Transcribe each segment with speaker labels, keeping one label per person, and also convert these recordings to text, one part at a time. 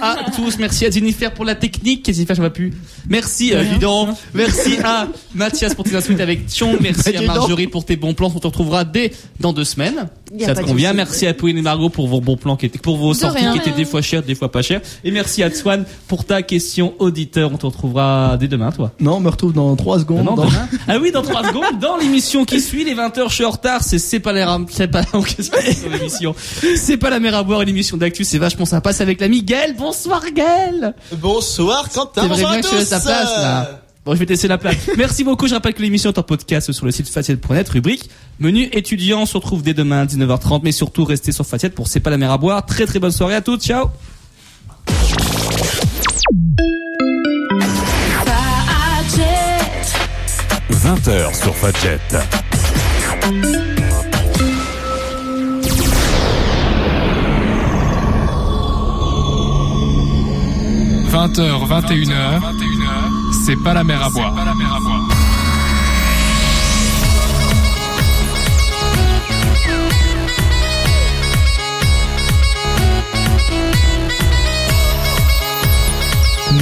Speaker 1: à tous. Merci à Jennifer pour la technique. Jennifer, je vois plus. Merci, euh, dis donc. Merci à Mathias pour tes insultes avec Thion. Merci
Speaker 2: Bah,
Speaker 1: à
Speaker 2: dis donc.
Speaker 1: Marjorie pour tes bons plans. On te retrouvera dès dans deux semaines.
Speaker 3: Y a
Speaker 1: Ça
Speaker 3: pas
Speaker 1: te
Speaker 3: de
Speaker 1: convient.
Speaker 3: souci.
Speaker 1: Merci à Pauline et Margot pour vos bons plans qui étaient, pour vos
Speaker 4: De
Speaker 1: sorties
Speaker 4: rien.
Speaker 1: qui étaient des fois chères, des fois pas chères. Et merci à Swan pour ta question auditeur. On te retrouvera dès demain, toi.
Speaker 2: Non, on me retrouve dans 3 secondes.
Speaker 1: Non,
Speaker 2: dans-
Speaker 1: demain. Ah oui, dans 3 secondes, dans l'émission qui suit, les 20h, je suis en retard, c'est C'est pas l'air à... C'est pas qu'est-ce que c'est sur l'émission C'est pas la mer à boire, une émission d'actu, c'est vachement sympa, c'est avec l'ami Gaël. Bonsoir Gaël
Speaker 5: Bonsoir Quentin,
Speaker 1: T'aimerais
Speaker 5: bonsoir
Speaker 1: bien
Speaker 5: à
Speaker 1: que je te laisse
Speaker 5: tous.
Speaker 1: la place, là Bon, je vais te laisser la place. euh. Merci beaucoup. Je rappelle que l'émission est en podcast sur le site faciel.net, rubrique menu étudiant. On se retrouve dès demain à 19h30, mais surtout restez sur Faciel pour C'est pas la mer à boire. Très très bonne soirée à toutes. Ciao.
Speaker 4: Fadjet.
Speaker 6: 20h sur Fadjet.
Speaker 7: h 21h, 21h, c'est pas la mer à boire.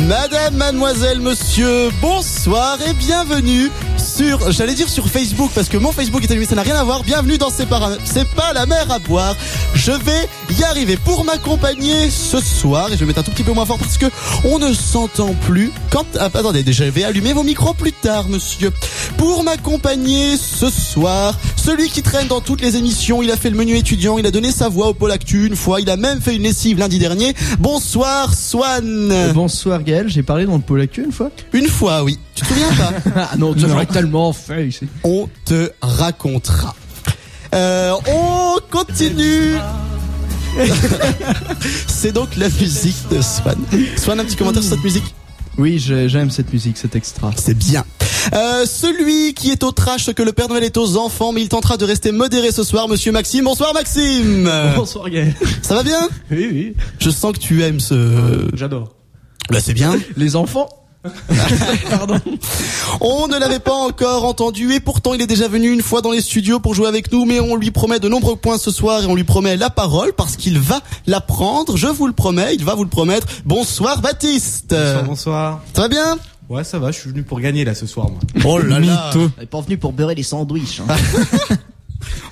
Speaker 5: Madame, mademoiselle, monsieur, bonsoir et bienvenue sur, j'allais dire sur Facebook parce que mon Facebook est allumé, ça n'a rien à voir. Bienvenue dans C'est pas, c'est pas la mer à boire. Je vais y arriver pour m'accompagner ce soir et je vais mettre un tout petit peu moins fort parce que on ne s'entend plus quand, ah, attendez, je vais allumer vos micros plus tard, monsieur. Pour m'accompagner ce soir, celui qui traîne dans toutes les émissions, il a fait le menu étudiant, il a donné sa voix au Pôle Actu une fois, il a même fait une lessive lundi dernier. Bonsoir, Swan.
Speaker 2: Euh, Bonsoir Gaël, j'ai parlé dans le pôle actu une fois.
Speaker 5: Une fois, oui. Tu te souviens pas
Speaker 2: Ah non, tu j'aurais tellement fait ici.
Speaker 5: On te racontera. Euh, on continue. C'est donc la musique de Swan. Swan, un petit commentaire sur cette musique
Speaker 2: Oui, j'ai- j'aime cette musique, cet extra.
Speaker 5: C'est bien. Euh, celui qui est au trash ce que le Père Noël est aux enfants, mais il tentera de rester modéré ce soir, monsieur Maxime. Bonsoir Maxime
Speaker 2: Bonsoir Gaël.
Speaker 5: Ça va bien
Speaker 2: Oui, oui,
Speaker 5: Je sens que tu aimes ce...
Speaker 2: j'adore.
Speaker 5: Bah c'est bien.
Speaker 2: Les enfants Pardon.
Speaker 5: On ne l'avait pas encore entendu et pourtant il est déjà venu une fois dans les studios pour jouer avec nous mais on lui promet de nombreux points ce soir et on lui promet la parole parce qu'il va la prendre, je vous le promets, il va vous le promettre. Bonsoir Baptiste
Speaker 8: Bonsoir, bonsoir.
Speaker 5: Ça va bien
Speaker 8: Euh, Ouais, ça va, je suis venu pour gagner là ce soir, moi.
Speaker 5: Oh là là
Speaker 3: On est pas venu pour beurrer les sandwichs.
Speaker 2: Ah,
Speaker 3: hein.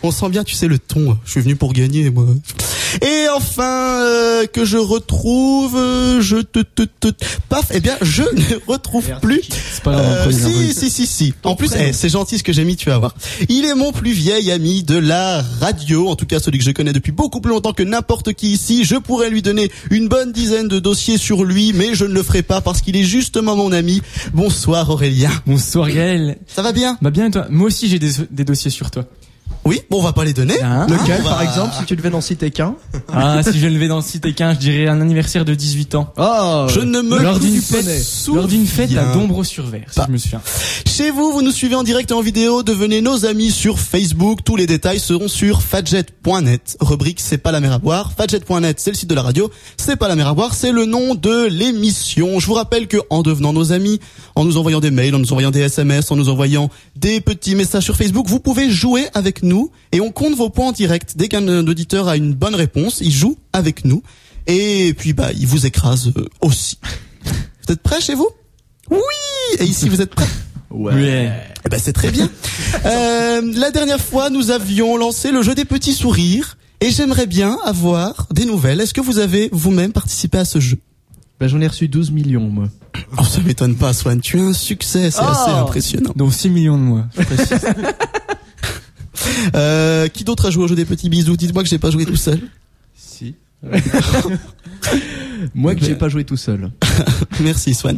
Speaker 5: On sent bien, tu sais, le ton. Je suis venu pour gagner, moi. Et enfin, euh, que je retrouve, euh, je te, te, te, paf, eh bien, je ne retrouve plus.
Speaker 2: pas grave,
Speaker 5: Euh,
Speaker 9: Ah,
Speaker 2: on peut y arriver.
Speaker 5: si, si, si, si. En plus, eh, c'est gentil ce que j'ai mis, tu vas voir. Il est mon plus vieil ami de la radio, en tout cas celui que je connais depuis beaucoup plus longtemps que n'importe qui ici. Je pourrais lui donner une bonne dizaine de dossiers sur lui, mais je ne le ferai pas parce qu'il est justement mon ami. Bonsoir Aurélien.
Speaker 9: Bonsoir Gaël.
Speaker 5: Ça va bien
Speaker 9: Bah bien et toi Moi aussi j'ai des, des dossiers sur toi.
Speaker 5: Oui, bon, on va pas les donner.
Speaker 9: Hein
Speaker 2: Lequel,
Speaker 5: on va-
Speaker 2: par exemple, si tu devais n'en citer qu'un
Speaker 9: Ah si je ne vais dans le site et qu'un, je dirais un anniversaire de 18 ans.
Speaker 2: Oh
Speaker 5: Je ne me
Speaker 9: Lors d'une
Speaker 5: souviens-
Speaker 9: fête, lors d'une fête à
Speaker 5: souviens
Speaker 9: Dombreau-sur-Vert, si
Speaker 8: Bah.
Speaker 5: pas.
Speaker 9: je me souviens.
Speaker 5: Chez vous, vous nous suivez en direct et en vidéo, devenez nos amis sur Facebook. Tous les détails seront sur fadjet.net. Rubrique C'est pas la mer à boire. Fadjet.net, c'est le site de la radio. C'est pas la mer à boire, c'est le nom de l'émission. Je vous rappelle que en devenant nos amis, en nous envoyant des mails, en nous envoyant des SMS, en nous envoyant des petits messages sur Facebook, vous pouvez jouer avec nous et on compte vos points en direct. Dès qu'un euh, auditeur a une bonne réponse, il joue avec nous et puis bah il vous écrase euh, aussi. Vous êtes prêts chez vous Oui Et ici vous êtes prêts
Speaker 9: Ouais.
Speaker 5: eh ben, c'est très bien. Euh, la dernière fois, nous avions lancé le jeu des petits sourires. Et j'aimerais bien avoir des nouvelles. Est-ce que vous avez vous-même participé à ce jeu
Speaker 2: Bah, J'en ai reçu 12 millions, moi.
Speaker 5: Oh, ça m'étonne pas, Swan. Tu as un succès, c'est assez impressionnant.
Speaker 9: Donc 6 millions de mois. je précise.
Speaker 5: Euh, qui d'autre a joué au jeu des petits bisous Dites-moi que j'ai pas joué tout seul.
Speaker 8: Si.
Speaker 2: Moi que j'ai pas joué tout seul.
Speaker 5: Ben. Merci, Swan.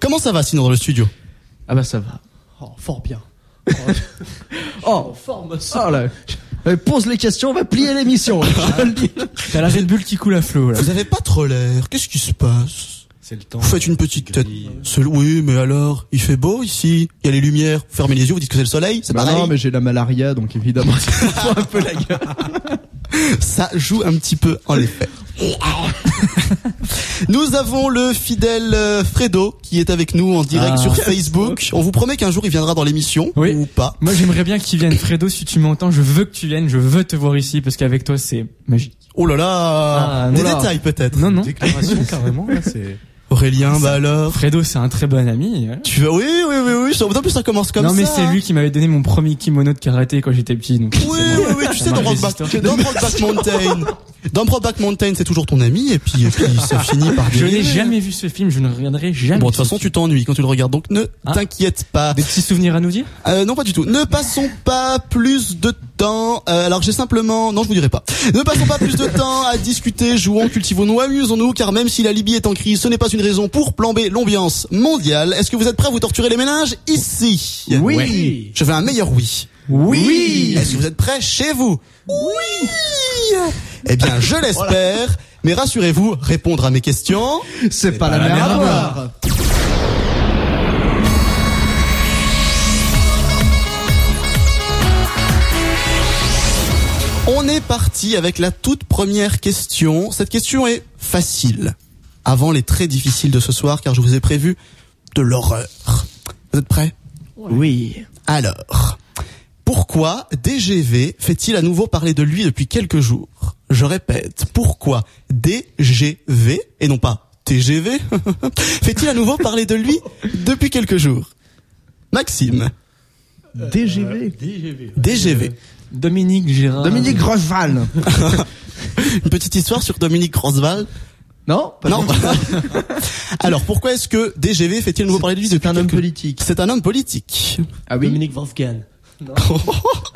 Speaker 5: Comment ça va sinon dans le studio
Speaker 2: Ah bah ça va.
Speaker 3: Oh, fort bien.
Speaker 2: Oh, forme ça là. Euh, Pose les questions, on va plier l'émission. Je le dis.
Speaker 9: T'as la Red Bull qui coule à flot là.
Speaker 5: Vous avez pas trop l'air. Qu'est-ce qui se passe
Speaker 8: C'est le temps.
Speaker 5: Vous faites une petite tête.
Speaker 8: Gris.
Speaker 5: Seul- Oui, mais alors, il fait beau ici. Il y a les lumières. Vous fermez les yeux, vous dites que c'est le soleil. C'est
Speaker 2: Bah
Speaker 5: pareil.
Speaker 2: non, mais j'ai la malaria, donc évidemment, ça me fout un peu la gueule.
Speaker 5: ça joue un petit peu en effet. Nous avons le fidèle euh, Fredo qui est avec nous en direct
Speaker 9: Ah.
Speaker 5: sur Facebook. On vous promet qu'un jour il viendra dans l'émission
Speaker 9: Oui.
Speaker 5: ou pas.
Speaker 9: Moi j'aimerais bien qu'il vienne. Fredo, si tu m'entends, je veux que tu viennes, je veux te voir ici parce qu'avec toi c'est magique.
Speaker 5: Oh là là
Speaker 9: Ah,
Speaker 5: Des
Speaker 9: oula.
Speaker 5: détails peut-être.
Speaker 9: Non, non.
Speaker 8: Déclaration carrément, là, c'est.
Speaker 5: Aurélien, bah alors
Speaker 9: Fredo, c'est un très bon ami. hein.
Speaker 5: Tu vas oui oui oui oui. En plus ça commence comme
Speaker 9: non,
Speaker 5: ça.
Speaker 9: mais c'est
Speaker 5: hein.
Speaker 9: lui qui m'avait donné mon premier kimono de karaté quand j'étais petit. Donc
Speaker 5: Oui, oui, oui, tu sais, dans Rockback, dans Rockback Mountain, dans Rockback Mountain, c'est toujours ton ami, et puis, et puis ça finit par
Speaker 9: Je n'ai
Speaker 5: dériver.
Speaker 9: jamais vu ce film, je ne regarderai jamais.
Speaker 5: Bon, de toute
Speaker 9: ce
Speaker 5: façon, tu
Speaker 9: film.
Speaker 5: t'ennuies quand tu le regardes, donc ne
Speaker 9: Hein
Speaker 5: t'inquiète pas.
Speaker 9: Des petits souvenirs à nous dire
Speaker 5: Euh, non, pas du tout. Ne passons pas plus de temps. euh, alors, j'ai simplement, non, je vous dirai pas. Ne passons pas plus de temps à discuter, jouons, cultivons-nous, amusons-nous, car même si la Libye est en crise, ce n'est pas une raison pour plomber l'ambiance mondiale. Est-ce que vous êtes prêts à vous torturer les ménages ici Oui. Je veux un meilleur oui. Oui. Est-ce que vous êtes prêts chez vous Oui. Eh bien, je l'espère. Mais rassurez-vous, répondre à mes questions.
Speaker 2: C'est pas, la mer à boire.
Speaker 5: On est parti avec la toute première question. Cette question est facile. Avant les très difficiles de ce soir, car je vous ai prévu de l'horreur. Vous êtes prêts
Speaker 3: Oui.
Speaker 5: Alors, pourquoi DGV fait-il à nouveau parler de lui depuis quelques jours Je répète, pourquoi DGV, et non pas TGV, fait-il à nouveau parler de lui depuis quelques jours Maxime,
Speaker 2: DGV.
Speaker 5: DGV.
Speaker 9: Dominique Gérard.
Speaker 2: Dominique Rocheval.
Speaker 5: Une petite histoire sur Dominique Rosval.
Speaker 2: Non pas
Speaker 5: Non. Alors, pourquoi est-ce que DGV fait-il à nouveau parler de lui depuis
Speaker 2: C'est un homme
Speaker 5: quelques-
Speaker 2: politique.
Speaker 5: C'est un homme politique.
Speaker 2: Ah oui
Speaker 3: Dominique Wolfgang.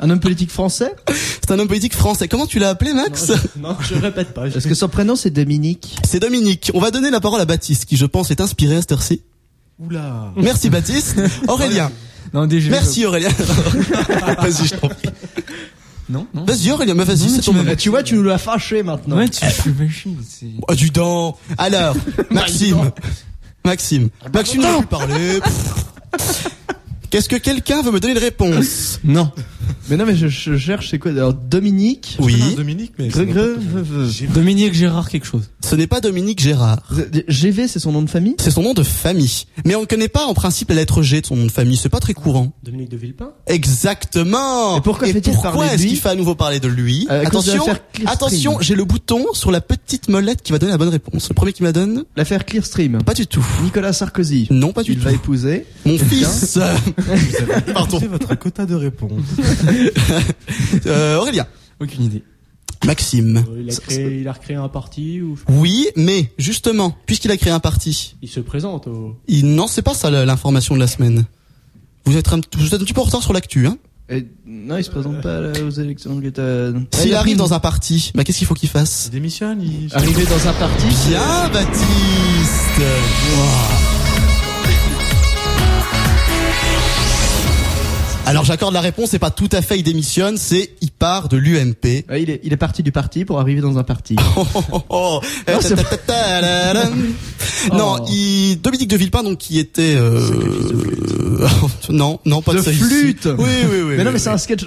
Speaker 2: Un homme politique français
Speaker 5: C'est un homme politique français. Comment tu l'as appelé, Max
Speaker 3: Non, je répète pas.
Speaker 2: Est-ce que son prénom c'est Dominique
Speaker 5: C'est Dominique. On va donner la parole à Baptiste, qui je pense est inspiré à cette heure-ci.
Speaker 8: Oula.
Speaker 5: Merci Baptiste. Aurélien.
Speaker 9: Non, DG.
Speaker 5: Merci Aurélien. vas-y, je t'en prie.
Speaker 9: Non, non.
Speaker 5: Vas-y Aurélien, mais vas-y, c'est ton moment.
Speaker 2: Bah, Tu vois, tu nous l'as fâché maintenant.
Speaker 9: Ouais, tu
Speaker 5: Eh.
Speaker 9: fais machine. c'est-
Speaker 2: Ah,
Speaker 5: Oh, du dent. Alors,
Speaker 2: Bah,
Speaker 5: Maxime. Maxime.
Speaker 2: Ah,
Speaker 5: Maxime n'a plus parlé. Pff. Qu'est-ce que quelqu'un veut me donner une réponse
Speaker 2: Non. Mais non, mais je, je cherche, c'est quoi Alors, Dominique
Speaker 5: Oui.
Speaker 8: Dominique, mais. c'est
Speaker 2: Gregre,
Speaker 8: n'importe quoi.
Speaker 9: Dominique Gérard quelque chose.
Speaker 5: Ce n'est pas Dominique Gérard.
Speaker 2: GV, c'est son nom de famille
Speaker 5: C'est son nom de famille. Mais on ne connaît pas en principe la lettre G de son nom de famille. C'est pas très courant.
Speaker 3: Dominique de Villepin.
Speaker 5: Exactement.
Speaker 2: Et pourquoi fait-il
Speaker 5: pourquoi
Speaker 2: parler de
Speaker 5: est-ce
Speaker 2: lui
Speaker 5: qu'il fait à nouveau parler de lui
Speaker 2: Euh, à cause de
Speaker 5: Attention,
Speaker 2: l'affaire Clearstream.
Speaker 5: attention, j'ai le bouton sur la petite molette qui va donner la bonne réponse. Le premier qui me la donne,
Speaker 2: L'affaire Clearstream.
Speaker 5: pas du tout.
Speaker 2: Nicolas Sarkozy.
Speaker 5: Non, pas du
Speaker 2: Il
Speaker 5: tout.
Speaker 2: va épouser.
Speaker 5: Mon fils. Pardon.
Speaker 8: C'est votre quota de réponse.
Speaker 5: Euh, Aurélien.
Speaker 9: Aucune idée.
Speaker 5: Maxime.
Speaker 3: Euh, il, a créé, il a recréé un parti ou
Speaker 5: Oui, mais justement, puisqu'il a créé un parti,
Speaker 3: il se présente au.
Speaker 5: il non, c'est pas ça la- l'information de la semaine. Vous êtes un, vous êtes un petit peu en retard sur l'actu. Hein.
Speaker 2: Et- non, il se présente pas là, aux élections. S'il
Speaker 5: S'il arrive dans un parti, bah, qu'est-ce qu'il faut qu'il fasse
Speaker 8: Il démissionne, il.
Speaker 9: Ah,
Speaker 2: Arrivé dans un parti.
Speaker 5: Bien, Baptiste Wow. Alors j'accorde la réponse, c'est pas tout à fait il démissionne, c'est il part de l'UMP.
Speaker 2: Ouais, Euh, il, est, il est parti du parti pour arriver dans un parti.
Speaker 5: Oh, oh, oh. Eh,
Speaker 2: c'est
Speaker 5: ta, ta, ta, la, la. Non, il- Dominique de Villepin donc qui était euh, non non pas de,
Speaker 2: De
Speaker 5: ça ici.
Speaker 2: flûte.
Speaker 5: Oui oui oui.
Speaker 2: mais non,
Speaker 5: oui,
Speaker 2: mais c'est un
Speaker 5: oui.
Speaker 2: sketch.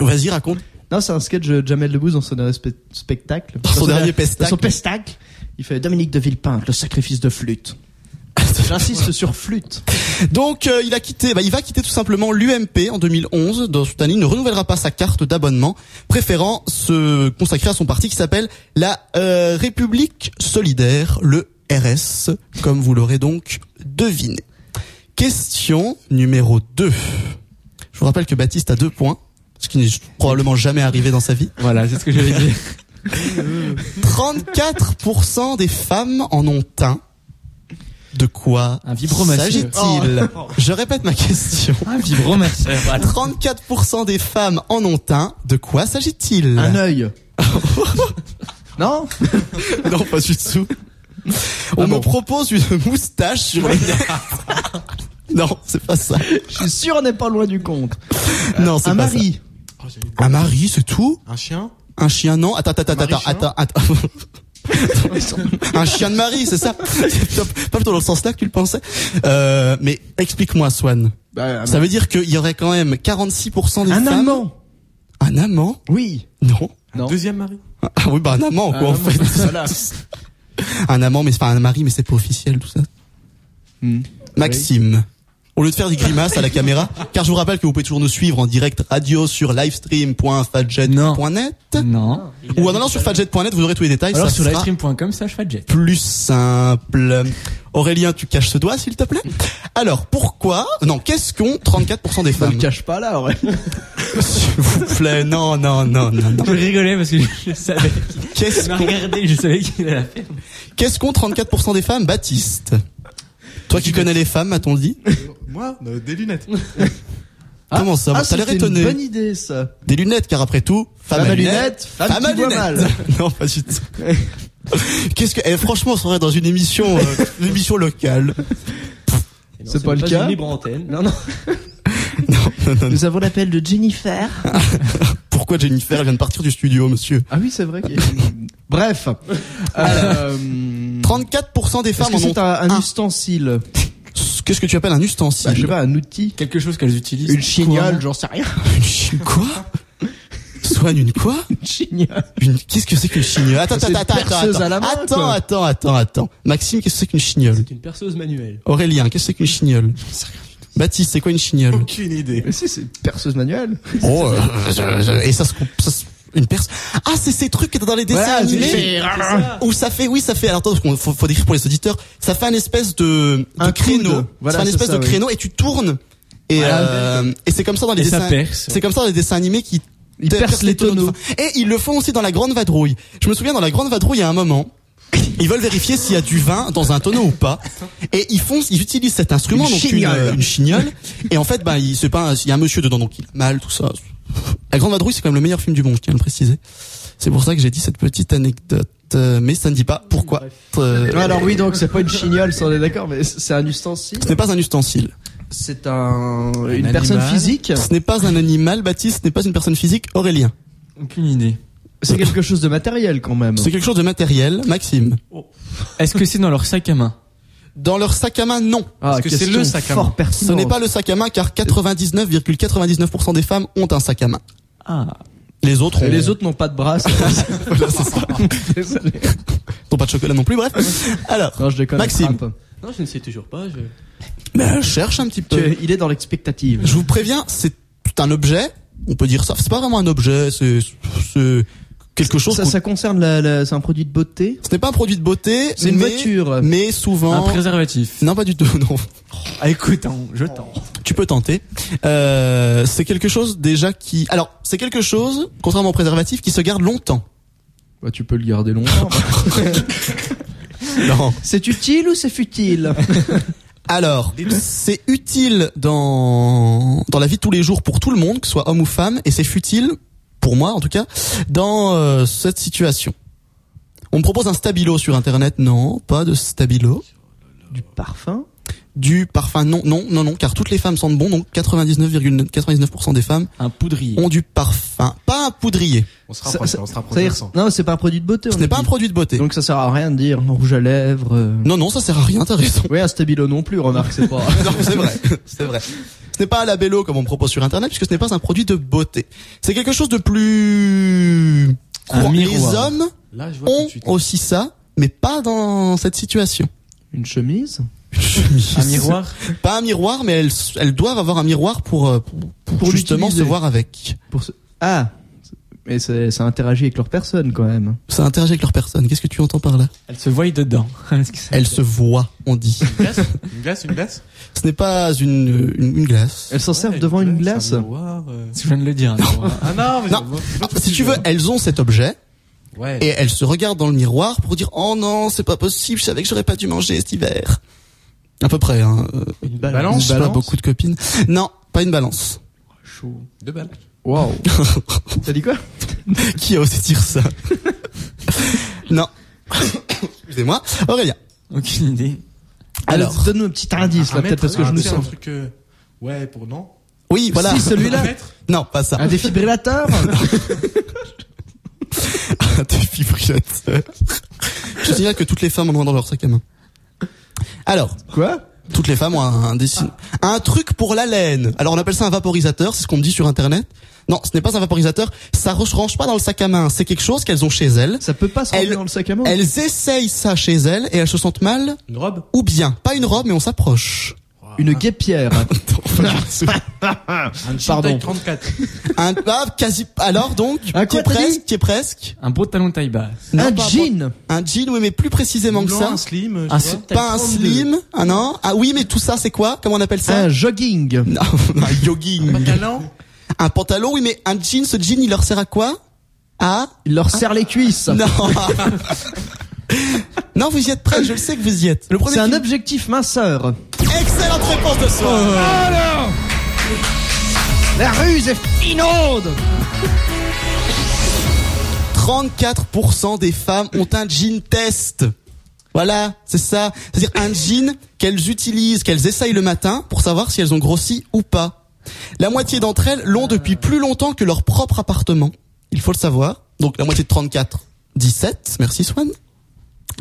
Speaker 5: Vas-y raconte.
Speaker 2: Non, c'est un sketch de Jamel Debbouze dans son dernier spe- spectacle.
Speaker 5: Dans son dernier
Speaker 2: Dans son
Speaker 5: pestacle.
Speaker 2: pestacle. Il fait Dominique de Villepin, le sacrifice de flûte. J'insiste sur flûte.
Speaker 5: Donc euh, il a quitté, bah, il va quitter tout simplement l'UMP en 2011. Dans cette année, il ne renouvellera pas sa carte d'abonnement, préférant se consacrer à son parti qui s'appelle la euh, République solidaire, le RS, comme vous l'aurez donc deviné. Question numéro 2. Je vous rappelle que Baptiste a deux points, ce qui n'est probablement jamais arrivé dans sa vie.
Speaker 9: Voilà, c'est ce que j'avais dit.
Speaker 5: 34% des femmes en ont un. De quoi
Speaker 9: Un vibromasseur.
Speaker 5: s'agit-il Oh. Je répète ma question.
Speaker 9: Un vibromasseur. Voilà.
Speaker 5: 34% des femmes en ont un. De quoi s'agit-il
Speaker 2: Un œil. non
Speaker 5: Non, pas du tout. Ah On me propose une moustache sur le Non, c'est pas ça.
Speaker 2: Je suis sûr, on n'est pas loin du compte.
Speaker 5: Non, c'est
Speaker 2: un
Speaker 5: pas
Speaker 2: mari.
Speaker 8: Oh, j'ai une-
Speaker 5: ça. Un mari, c'est tout
Speaker 8: Un chien
Speaker 5: Un chien, non Attends, attends, attends,
Speaker 8: Mari-chien
Speaker 5: attends, attends. un chien de mari, c'est ça C'est top. Pas plutôt dans le sens là que tu le pensais. Euh, mais explique-moi, Swan.
Speaker 2: Bah,
Speaker 5: Ça veut dire qu'il y aurait quand même 46% des
Speaker 2: un
Speaker 5: femmes...
Speaker 2: amant.
Speaker 5: Un amant
Speaker 2: Oui.
Speaker 5: Non.
Speaker 2: Non.
Speaker 8: Deuxième mari
Speaker 5: Ah oui, bah un amant, quoi, en fait.
Speaker 2: Hmm.
Speaker 5: un amant, mais c'est pas un mari, mais c'est pas officiel, tout ça. Maxime. au lieu de faire des grimaces à la caméra, car je vous rappelle que vous pouvez toujours nous suivre en direct radio sur livestream.fadjet.net
Speaker 9: Non.
Speaker 5: ou en allant sur fadjet.net, vous aurez tous les détails.
Speaker 9: Alors
Speaker 5: ça
Speaker 9: sur
Speaker 5: Ah, sera
Speaker 9: livestream.com slash fadjet.
Speaker 5: plus simple. Aurélien, tu caches ce doigt, s'il te plaît. Alors, pourquoi Non, qu'est-ce qu'ont 34% des
Speaker 2: Ne le
Speaker 5: femmes
Speaker 2: cache pas là, ouais.
Speaker 5: S'il vous plaît, non, non, non, non. non.
Speaker 9: Je rigolais parce que je savais.
Speaker 5: Qu'est-ce
Speaker 9: Je regardé, je savais qu'il allait la faire.
Speaker 5: qu'est-ce qu'ont 34% des femmes, Baptiste Toi qui connais les femmes, m'a-t-on dit
Speaker 8: Moi, euh, des lunettes.
Speaker 5: Comment ça
Speaker 2: ah,
Speaker 5: Ça a l'air
Speaker 2: c'était
Speaker 5: étonné.
Speaker 2: Une bonne idée ça.
Speaker 5: Des lunettes, car après tout, femme, à lunettes,
Speaker 2: femme, qui voit mal.
Speaker 5: non, pas du tout. Qu'est-ce que, eh, franchement, on serait dans une émission, euh, une émission locale.
Speaker 3: Et non,
Speaker 2: C'est pas le
Speaker 3: une
Speaker 2: cas.
Speaker 3: libre antenne. Non, non.
Speaker 5: Non, non, non.
Speaker 2: Nous avons l'appel de Jennifer.
Speaker 5: Pourquoi Jennifer vient de partir du studio, monsieur
Speaker 2: Ah oui, c'est vrai. qu'il y a- Bref. Euh,
Speaker 5: 34% des
Speaker 2: Est-ce
Speaker 5: femmes
Speaker 2: que
Speaker 5: en
Speaker 2: c'est
Speaker 5: ont.
Speaker 2: un, un
Speaker 5: un.
Speaker 2: ustensile
Speaker 5: Qu'est-ce que tu appelles un ustensile
Speaker 2: bah, Ah. Je sais pas, un outil
Speaker 9: Quelque chose qu'elles utilisent.
Speaker 2: Une chignole, j'en sais rien.
Speaker 5: Une chi- quoi Soigne une quoi
Speaker 2: Une chignole.
Speaker 5: Une qu'est-ce que c'est qu'une chignole Attends,
Speaker 2: C'est
Speaker 5: attends,
Speaker 2: une
Speaker 5: attends,
Speaker 2: perceuse
Speaker 5: attends,
Speaker 2: à la main,
Speaker 5: attends,
Speaker 2: quoi.
Speaker 5: attends, attends, attends. Maxime, qu'est-ce que c'est qu'une chignole
Speaker 3: C'est une perceuse manuelle.
Speaker 5: Aurélien, qu'est-ce que c'est qu'une chignole Baptiste, c'est quoi une chignole
Speaker 8: Aucune idée.
Speaker 2: Mais si, c'est une perceuse manuelle.
Speaker 5: Oh, euh, je- je- et ça se, ça se- une perce. Ah, c'est ces trucs que t'as dans les dessins
Speaker 2: Voilà,
Speaker 5: animés
Speaker 2: c'est-
Speaker 5: où ça fait, oui, ça fait. Alors attends, parce qu'on- faut, faut décrire pour les auditeurs. Ça fait un espèce de, de
Speaker 2: Un
Speaker 5: créneau.
Speaker 2: coude. Voilà,
Speaker 5: ça fait un
Speaker 2: c'est
Speaker 5: espèce
Speaker 2: ça,
Speaker 5: de
Speaker 2: oui.
Speaker 5: créneau et tu tournes. Et, euh, et c'est comme ça dans les
Speaker 9: Et ça
Speaker 5: dessins.
Speaker 9: perce.
Speaker 5: C'est comme ça dans les dessins animés qui
Speaker 2: Ils
Speaker 5: percent
Speaker 2: percent les tonneaux.
Speaker 5: de fin. Et ils le font aussi dans la grande vadrouille. Je me souviens dans la grande vadrouille, il y a un moment. Ils veulent vérifier s'il y a du vin dans un tonneau ou pas, et ils font, ils utilisent cet instrument,
Speaker 2: Une
Speaker 5: donc
Speaker 2: chignole.
Speaker 5: Une, euh, une chignole, et en fait, ben, il c'est pas, un- il y a un monsieur dedans, donc il a mal, tout ça. La Grande Vadrouille, c'est quand même le meilleur film du monde, je tiens à le préciser. C'est pour ça que j'ai dit cette petite anecdote, euh, mais ça ne dit pas pourquoi. Euh,
Speaker 2: Alors oui, donc c'est pas une chignole, ça on est d'accord, mais c- c'est un ustensile.
Speaker 5: ce n'est pas un ustensile.
Speaker 2: C'est un, une personne
Speaker 9: animal.
Speaker 2: physique.
Speaker 5: Ce n'est pas un animal, Baptiste, ce n'est pas une personne physique, Aurélien.
Speaker 9: Aucune idée.
Speaker 2: C'est quelque chose de matériel quand même.
Speaker 5: C'est quelque chose de matériel, Maxime.
Speaker 9: Est-ce que c'est dans leur sac à main
Speaker 5: Dans leur sac à main, non.
Speaker 2: Ah,
Speaker 9: Est-ce que c'est
Speaker 2: question
Speaker 9: le sac à
Speaker 2: fort
Speaker 9: main
Speaker 5: Ce
Speaker 2: pertinente.
Speaker 5: n'est pas le sac à main, car 99,99% des femmes ont un sac à main.
Speaker 9: Ah.
Speaker 5: Les autres ont...
Speaker 2: Et les autres n'ont pas de bras. c'est-
Speaker 5: Voilà, c'est ça.
Speaker 2: Désolé.
Speaker 5: N'ont pas de chocolat non plus, bref. Alors,
Speaker 2: Non, je déconne.
Speaker 5: Maxime.
Speaker 2: crap.
Speaker 3: Non, je ne sais toujours pas. Je...
Speaker 5: ben, cherche un petit
Speaker 2: Tu-
Speaker 5: peu.
Speaker 2: il est dans l'expectative.
Speaker 5: Je vous préviens, c'est un objet. On peut dire ça. C'est pas vraiment un objet. C'est c'est quelque chose.
Speaker 2: Ça,
Speaker 5: qu'on-
Speaker 2: ça concerne la, la- c'est un produit de beauté.
Speaker 5: Ce n'est pas un produit de beauté.
Speaker 2: C'est une
Speaker 5: mais-
Speaker 2: voiture.
Speaker 5: Mais
Speaker 9: Un
Speaker 5: souvent.
Speaker 9: préservatif.
Speaker 5: Non, pas du tout. Non.
Speaker 9: Ah, écoute, hein, je tente.
Speaker 5: Tu peux tenter. Euh, c'est quelque chose déjà qui. Alors, c'est quelque chose, contrairement au préservatif, qui se garde longtemps.
Speaker 2: Bah, tu peux le garder longtemps.
Speaker 5: Non.
Speaker 2: c'est utile ou c'est futile
Speaker 5: Alors, c'est utile dans dans la vie de tous les jours pour tout le monde, que ce soit homme ou femme, et c'est futile pour moi en tout cas dans euh, cette situation. On me propose un stabilo sur internet, non, pas de stabilo.
Speaker 2: Du parfum.
Speaker 5: Du parfum, non, non, non, non, car toutes les femmes sentent bon, donc 99,99% des femmes
Speaker 9: Un poudrier.
Speaker 5: ont du parfum, pas un poudrier.
Speaker 8: On se
Speaker 2: Ça-
Speaker 8: rapproche,
Speaker 2: ça-
Speaker 8: on se rapproche.
Speaker 2: C'est-à-dire-
Speaker 8: Vincent.
Speaker 2: non, c'est pas un produit de beauté.
Speaker 5: Ce
Speaker 2: on
Speaker 5: n'est
Speaker 2: a
Speaker 5: pas un
Speaker 2: dit.
Speaker 5: produit de beauté.
Speaker 2: Donc ça sert à rien de dire rouge à lèvres. euh.
Speaker 5: Non, non, ça sert à rien, t'as raison.
Speaker 2: Oui, un stabilo non plus. Remarque, c'est pas.
Speaker 5: Non, c'est vrai, c'est vrai. Ce n'est pas un labello comme on propose sur internet puisque ce n'est pas un produit de beauté. C'est quelque chose de plus
Speaker 9: Un
Speaker 5: courant. Les
Speaker 9: miroir.
Speaker 5: hommes
Speaker 8: Là, je vois tout
Speaker 5: ont
Speaker 8: de suite.
Speaker 5: aussi ça, mais pas dans cette situation.
Speaker 2: Une chemise.
Speaker 9: Un miroir.
Speaker 5: Pas un miroir, mais elles, elles doivent avoir un miroir pour, euh, pour, pour
Speaker 2: Pour
Speaker 5: justement se
Speaker 2: l'utiliser.
Speaker 5: voir avec.
Speaker 2: Pour ce... Ah. Mais c'est- ça interagit avec leur personne quand même.
Speaker 5: Ça interagit avec leur personne. Qu'est-ce que tu entends par là
Speaker 9: Elle se voit dedans. Est-ce que c'est-
Speaker 5: Elles se voient, on dit.
Speaker 8: Une glace, une glace.
Speaker 5: Ce n'est pas une, une, une glace.
Speaker 2: Elles s'en servent
Speaker 8: Ouais,
Speaker 2: devant une glace.
Speaker 8: un miroir, euh.
Speaker 9: Je viens de le dire. un miroir.
Speaker 8: Ah non, mais
Speaker 5: Non. Ah, si tu veux, elles ont cet objet
Speaker 8: Ouais.
Speaker 5: et elles se regardent dans le miroir pour dire Oh non, c'est pas possible, je savais que j'aurais pas dû manger cet hiver. À peu près. Hein. Euh,
Speaker 3: Une
Speaker 8: balance.
Speaker 5: j'ai pas beaucoup de copines. Non, pas une balance.
Speaker 8: Deux balles.
Speaker 2: Waouh. T'as dit quoi
Speaker 5: Qui a osé dire ça Non. Excusez-moi. Aurélien.
Speaker 9: Aucune idée.
Speaker 5: Alors.
Speaker 2: Alors, donne-nous un petit indice là,
Speaker 8: Un mètre,
Speaker 2: peut-être parce que
Speaker 8: un-
Speaker 2: je me
Speaker 8: c'est un
Speaker 2: sens.
Speaker 8: truc. euh, Ouais, pour non.
Speaker 5: Oui, voilà.
Speaker 2: Si celui-là.
Speaker 8: Un mètre
Speaker 5: Non, pas ça.
Speaker 2: Un défibrillateur
Speaker 5: Un défibrillateur. Je signale que toutes les femmes en ont un dans leur sac à main. Alors,
Speaker 2: Quoi
Speaker 5: toutes les femmes ont un, un dessin- un truc pour la laine. Alors on appelle ça un vaporisateur, c'est ce qu'on me dit sur internet. Non, ce n'est pas un vaporisateur, ça ne range pas dans le sac à main, c'est quelque chose qu'elles ont chez elles.
Speaker 2: Ça peut pas se
Speaker 5: Elle-
Speaker 2: rentrer dans le sac à main
Speaker 5: Elles essayent ça chez elles et elles se sentent mal
Speaker 8: Une robe
Speaker 5: ou bien. Pas une robe, mais on s'approche.
Speaker 2: Une guépière.
Speaker 8: Un
Speaker 2: Pardon.
Speaker 8: Pardon. 34.
Speaker 5: Un ah, quasi. Alors donc,
Speaker 2: Un quoi,
Speaker 5: qui est
Speaker 2: t'as dit
Speaker 5: presque, qui est presque.
Speaker 9: Un beau talon de taille basse.
Speaker 5: Non,
Speaker 2: un
Speaker 5: pas-
Speaker 2: jean. Ah,
Speaker 5: Un jean, oui, mais plus précisément que
Speaker 8: Blanc,
Speaker 5: ça.
Speaker 8: un slim. euh, je
Speaker 9: Un
Speaker 8: sais
Speaker 9: slim.
Speaker 8: pas.
Speaker 5: Pas un slim. Ah non. Ah oui, mais tout ça, c'est quoi Comment on appelle ça
Speaker 2: Un jogging.
Speaker 5: Non, Ah, un jogging.
Speaker 8: Pantalon.
Speaker 5: Un pantalon, oui, mais un jean, ce jean, il leur sert à quoi À
Speaker 2: Il leur serre les cuisses.
Speaker 5: Non. non, vous y êtes prêts, je le sais que vous y êtes. Le premier
Speaker 2: C'est un
Speaker 5: film- Oh.
Speaker 2: objectif minceur.
Speaker 5: Excellente réponse de soi.
Speaker 2: La ruse est inonde.
Speaker 5: 34% des femmes ont un jean test. Voilà, c'est ça. C'est-à-dire un jean qu'elles utilisent, qu'elles essayent le matin pour savoir si elles ont grossi ou pas. La moitié d'entre elles l'ont depuis plus longtemps que leur propre appartement. Il faut le savoir. Donc la moitié de 34, 17. Merci Swan.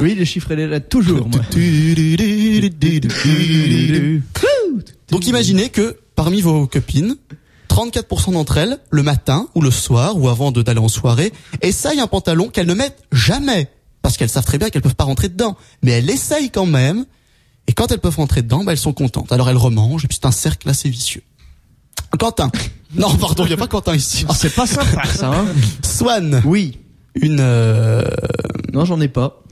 Speaker 2: Oui, les chiffres et les lettres, toujours. moi.
Speaker 5: Donc imaginez que parmi vos copines, 34% d'entre elles, le matin ou le soir ou avant de- d'aller en soirée, essayent un pantalon qu'elles ne mettent jamais parce qu'elles savent très bien qu'elles peuvent pas rentrer dedans, mais elles essayent quand même. Et quand elles peuvent rentrer dedans, bah, elles sont contentes. Alors elles remangent et puis c'est un cercle assez vicieux. Quentin. Non, pardon, il y a pas Quentin ici.
Speaker 2: Ah, c'est pas sympa ça. Hein.
Speaker 5: Swan,
Speaker 2: Oui.
Speaker 5: une euh,
Speaker 2: Non, j'en ai pas.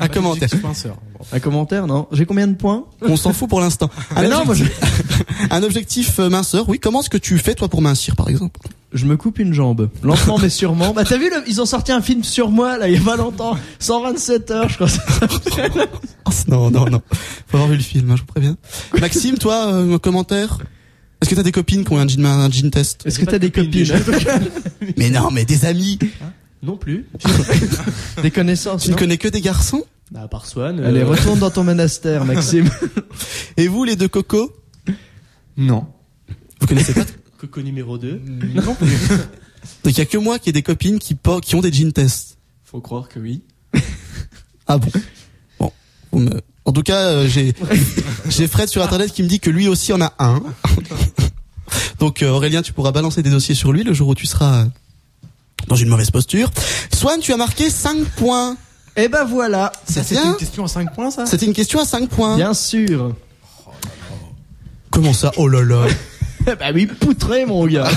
Speaker 5: un commentaire.
Speaker 8: Magic Spencer. Bon.
Speaker 2: Un commentaire, non. J'ai combien de points
Speaker 5: On s'en fout pour l'instant. Un,
Speaker 2: Mais non, moi, je...
Speaker 5: objectif- un objectif euh, minceur. Oui, comment est-ce que tu fais toi pour mincir par exemple
Speaker 2: je me coupe une jambe. Lentement mais sûrement. Bah t'as vu, le- ils ont sorti un film sur moi là il y a pas longtemps. 127 heures, je crois.
Speaker 5: Oh, Non, non, non. Faut avoir vu le film, hein, je vous préviens. Maxime, toi, euh, un commentaire Est-ce que t'as des copines qui ont eu un jean, un jean test
Speaker 2: Est-ce que t'as des copines, hein
Speaker 5: Mais non, mais des amis
Speaker 3: Non plus.
Speaker 2: des connaissances
Speaker 5: Tu ne
Speaker 2: non
Speaker 5: connais que des garçons
Speaker 3: Bah, à part Swan. euh,
Speaker 2: Allez, retourne dans ton monastère, Maxime.
Speaker 5: Et vous, les deux cocos
Speaker 8: Non.
Speaker 5: Vous connaissez pas
Speaker 3: Coco numéro 2.
Speaker 8: Non plus.
Speaker 5: Donc il y a que moi qui ai des copines qui, po- qui ont des jean tests.
Speaker 8: Faut croire que oui.
Speaker 5: Ah bon Bon. vous me- En tout cas, euh, j'ai j'ai Fred sur internet qui me dit que lui aussi en a un. Donc euh, Aurélien, tu pourras balancer des dossiers sur lui le jour où tu seras euh, dans une mauvaise posture. Swan, tu as marqué 5 points.
Speaker 2: Et ben voilà,
Speaker 5: C'est
Speaker 8: C'était
Speaker 5: bien
Speaker 8: une question à 5 points, ça
Speaker 5: C'était une question à 5 points.
Speaker 2: bien sûr.
Speaker 5: Comment ça Oh là là.
Speaker 2: bah oui, poutré mon gars.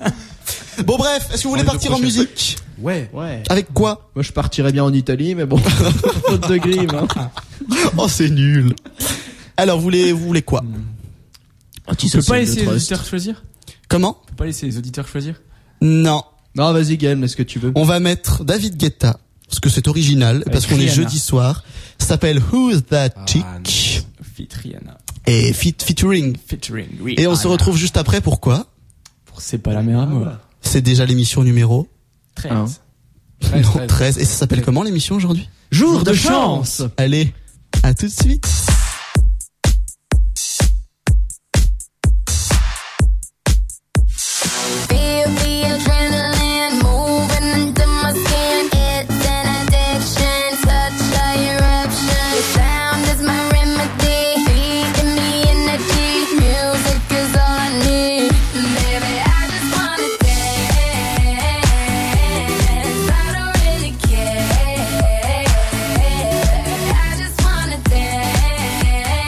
Speaker 5: bon bref, est-ce que vous voulez
Speaker 8: les deux
Speaker 5: partir en
Speaker 8: prochains.
Speaker 5: musique
Speaker 8: Ouais.
Speaker 2: Ouais.
Speaker 5: Avec quoi
Speaker 2: Moi je partirais bien en Italie, mais bon, faute de grime. Hein.
Speaker 5: Oh c'est nul. Hmm. Alors vous voulez vous voulez quoi
Speaker 9: tu peux pas laisser les auditeurs choisir
Speaker 5: Comment
Speaker 9: Tu peux pas laisser les auditeurs choisir
Speaker 5: Non,
Speaker 2: Non, vas-y Gaël, mais ce que tu veux.
Speaker 5: on va mettre David Guetta parce que c'est original et parce qu'on est
Speaker 9: Rihanna.
Speaker 5: jeudi soir. Ça s'appelle Who's That Chick
Speaker 8: non.
Speaker 9: Fit Rihanna.
Speaker 5: et feat- Ah, featuring.
Speaker 9: Featuring Rihanna.
Speaker 5: Et on se retrouve juste après pourquoi
Speaker 9: pour C'est pas la meilleure Hein. moi.
Speaker 5: C'est déjà l'émission numéro
Speaker 9: 13.
Speaker 5: non, 13 et ça s'appelle comment l'émission aujourd'hui
Speaker 2: Jour de chance.
Speaker 5: Allez, à tout de suite.
Speaker 4: Feel the adrenaline moving into my skin. It's an addiction, such a eruption. Your sound is my remedy, feeding me energy. Music is all I need. Baby, I just wanna dance. I don't really care. I just wanna dance.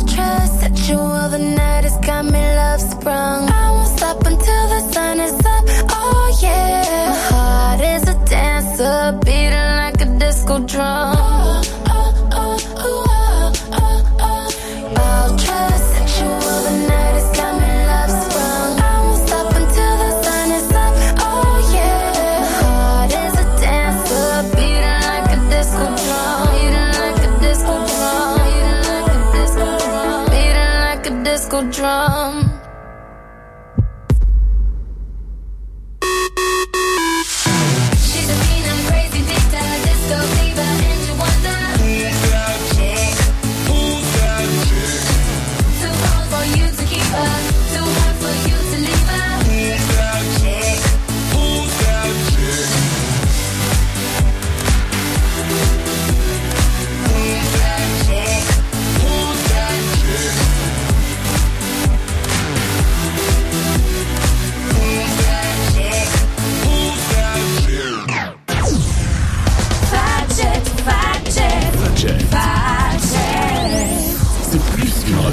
Speaker 4: usual, the night has got me love sprung. I won't stop until the sun is up. Oh yeah, my heart is a dancer, beating like a disco drum. Oh, oh, oh, oh, oh, oh, oh. Ultra sexual, the night has got me love sprung. I won't stop until the sun is up. Oh yeah, my heart is a dancer, beating like a disco drum. Beating like a disco drum. Beating like a disco drum. Beating like a disco drum. She's a mean and crazy big time disco diva, and you wonder who's that chick? Who's that chick? Too cold for you to keep her, too hot for you to leave her. Who's that chick? Who's that chick? Who's that chick? Who's that chick? Who's that chick? Who's that Fat chick, fat chick, fat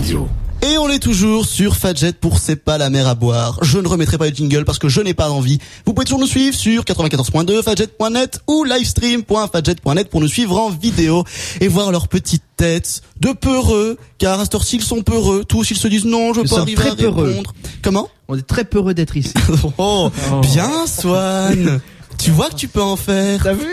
Speaker 4: chick.
Speaker 5: Et on est toujours sur Fadjet pour C'est pas la mer à boire. Je ne remettrai pas le jingle parce que je n'ai pas envie. Vous pouvez toujours nous suivre sur 94.2, fadjet.net ou livestream.fadjet.net pour nous suivre en vidéo et voir leurs petites têtes de peureux. Car à cette heure-ci, ils sont peureux. Tous, ils se disent non, je veux
Speaker 2: Ils
Speaker 5: pas
Speaker 2: sont
Speaker 5: arriver
Speaker 2: très
Speaker 5: à
Speaker 2: peureux.
Speaker 5: répondre. Comment
Speaker 2: On est très peureux d'être ici.
Speaker 5: oh, bien Swan Tu vois que tu peux en faire.
Speaker 2: T'as vu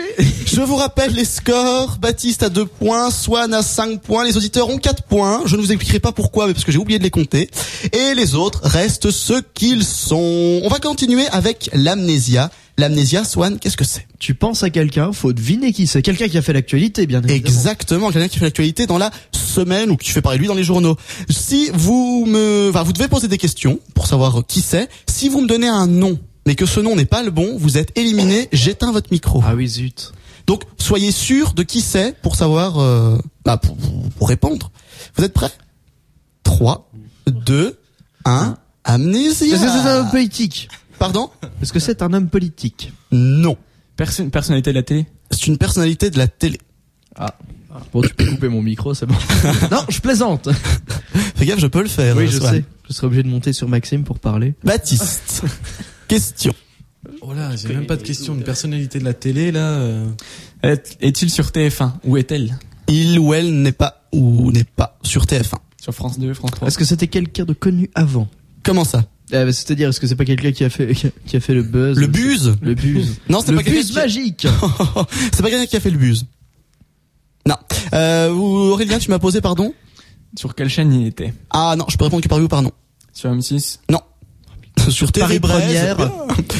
Speaker 5: Je vous rappelle les scores. Baptiste a 2 points, Swan a 5 points, les auditeurs ont 4 points. Je ne vous expliquerai pas pourquoi, mais parce que j'ai oublié de les compter. Et les autres restent ce qu'ils sont. On va continuer avec l'amnésia. L'amnésia, Swan, qu'est-ce que c'est
Speaker 2: Tu penses à quelqu'un, faut deviner qui c'est. Quelqu'un qui a fait l'actualité, bien évidemment.
Speaker 5: Exactement, quelqu'un qui fait l'actualité dans la semaine ou qui fait parler de lui dans les journaux. Si vous me... Enfin, vous devez poser des questions pour savoir qui c'est. Si vous me donnez un nom, mais que ce nom n'est pas le bon, vous êtes éliminé, j'éteins votre micro.
Speaker 2: Ah oui, zut.
Speaker 5: Donc soyez sûr de qui c'est pour savoir euh, bah, pour, pour- pour répondre. Vous êtes prêts 3 2 1 amnésie.
Speaker 2: Est-ce que c'est un homme politique
Speaker 5: Pardon
Speaker 2: Est-ce que c'est un homme politique
Speaker 5: Non.
Speaker 9: Personne, personnalité de la télé.
Speaker 5: C'est une personnalité de la télé.
Speaker 8: Bon, tu peux couper mon micro, c'est bon.
Speaker 2: Non, je plaisante.
Speaker 5: Fais gaffe, je peux le faire.
Speaker 2: Oui,
Speaker 5: euh,
Speaker 2: je
Speaker 5: Swan.
Speaker 2: sais. Je serai obligé de monter sur Maxime pour parler.
Speaker 5: Baptiste. Question.
Speaker 8: Oh là, j'ai même pas de question. Une personnalité de la télé, là. euh,
Speaker 9: Est- Est-il sur TF1 Où est-elle
Speaker 5: Il ou elle n'est pas ou n'est pas sur TF1.
Speaker 9: Sur France 2, France 3
Speaker 2: Est-ce que c'était quelqu'un de connu avant
Speaker 5: Comment ça
Speaker 2: Eh ben, C'est-à-dire, est-ce que c'est pas quelqu'un qui a fait qui a fait le buzz
Speaker 5: Le buse
Speaker 2: Le buzz.
Speaker 5: Non, c'est
Speaker 2: Le
Speaker 5: pas quelqu'un
Speaker 2: buzz
Speaker 5: qui-
Speaker 2: magique.
Speaker 5: C'est pas quelqu'un qui a fait le buse. Non. Euh, Aurélien, tu m'as posé pardon
Speaker 9: Sur quelle chaîne il était
Speaker 5: Ah non, je peux répondre que par oui ou par non.
Speaker 9: Sur M6
Speaker 5: Sur
Speaker 2: Paris
Speaker 5: TV Brest.
Speaker 2: Première.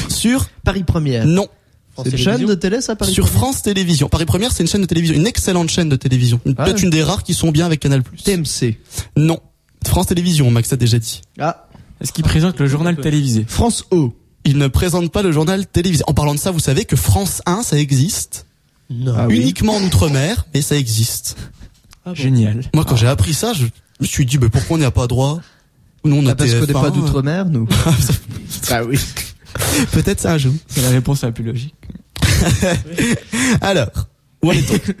Speaker 5: Sur
Speaker 2: Paris Première.
Speaker 5: non.
Speaker 2: C'est une chaîne de télé, ça, Paris
Speaker 5: sur
Speaker 2: Première
Speaker 5: France Télévisions. Paris Première, c'est une chaîne de télévision, une excellente chaîne de télévision. Une-
Speaker 2: Ah.
Speaker 5: Peut-être une des rares qui sont bien avec Canal+.
Speaker 2: TMC.
Speaker 5: Non. France Télévisions, Max a déjà dit.
Speaker 2: Ah.
Speaker 9: Est-ce qu'il présente le journal télévisé
Speaker 2: France O.
Speaker 5: Il ne présente pas le journal télévisé. En parlant de ça, vous savez que France 1, ça existe.
Speaker 3: Non.
Speaker 2: Ah oui.
Speaker 5: Uniquement en Outre-mer, mais ça existe.
Speaker 3: Ah bon.
Speaker 9: Génial.
Speaker 5: Moi, quand j'ai appris ça, je me suis dit, mais pourquoi on n'y a pas droit? Nous, on a
Speaker 2: Ah, parce qu'on n'est
Speaker 5: TF1,
Speaker 2: pas d'outre-mer, nous. ah oui.
Speaker 5: euh, Peut-être ça un jour.
Speaker 9: C'est la réponse la plus logique.
Speaker 5: Alors. Où en est-on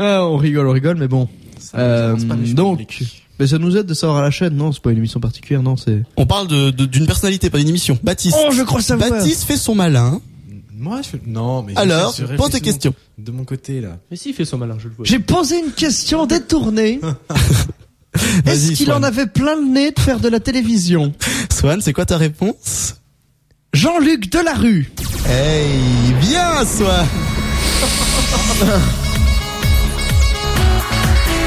Speaker 2: Ah, on rigole, on rigole, mais bon. Euh,
Speaker 8: c'est pas les choses
Speaker 2: donc,
Speaker 8: publiques.
Speaker 2: mais ça nous aide de savoir à la chaîne, non C'est pas une émission particulière, non C'est.
Speaker 5: On parle de- de- d'une personnalité, pas d'une émission. Baptiste.
Speaker 2: Oh, je crois savoir.
Speaker 5: Baptiste fait son malin.
Speaker 8: Moi, je fais... Non, mais...
Speaker 5: Alors,
Speaker 8: je réfléchis
Speaker 5: pose
Speaker 8: de
Speaker 5: tes
Speaker 8: mon-
Speaker 5: questions.
Speaker 8: De mon côté, là.
Speaker 3: Mais si, il fait son malin, je le vois.
Speaker 2: J'ai posé une question détournée. Est-ce
Speaker 5: Vas-y,
Speaker 2: qu'il
Speaker 5: Swan.
Speaker 2: en avait plein le nez de faire de la télévision
Speaker 5: Swan, c'est quoi ta réponse?
Speaker 2: Jean-Luc Delarue.
Speaker 5: Hey, bien, Swan!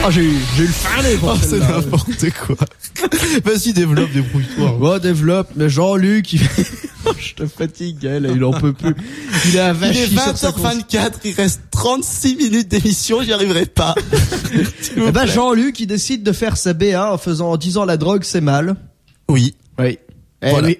Speaker 2: Ah, j'ai eu, j'ai eu le fin nez.
Speaker 5: Oh, c'est n'importe quoi. Vas-y, développe, débrouille-toi.
Speaker 2: Oh, développe, mais Jean-Luc, il... je te fatigue, hein, là, il en peut plus. Il est
Speaker 5: Il est
Speaker 2: avachi sur sa console.
Speaker 5: 20h24, il reste 36 minutes d'émission, j'y arriverai pas. S'il vous
Speaker 2: Eh ben,
Speaker 5: plaît.
Speaker 2: Jean-Luc, il décide de faire sa BA en faisant, en disant la drogue c'est mal.
Speaker 5: Oui.
Speaker 2: Oui. Eh
Speaker 5: Voilà.
Speaker 2: oui.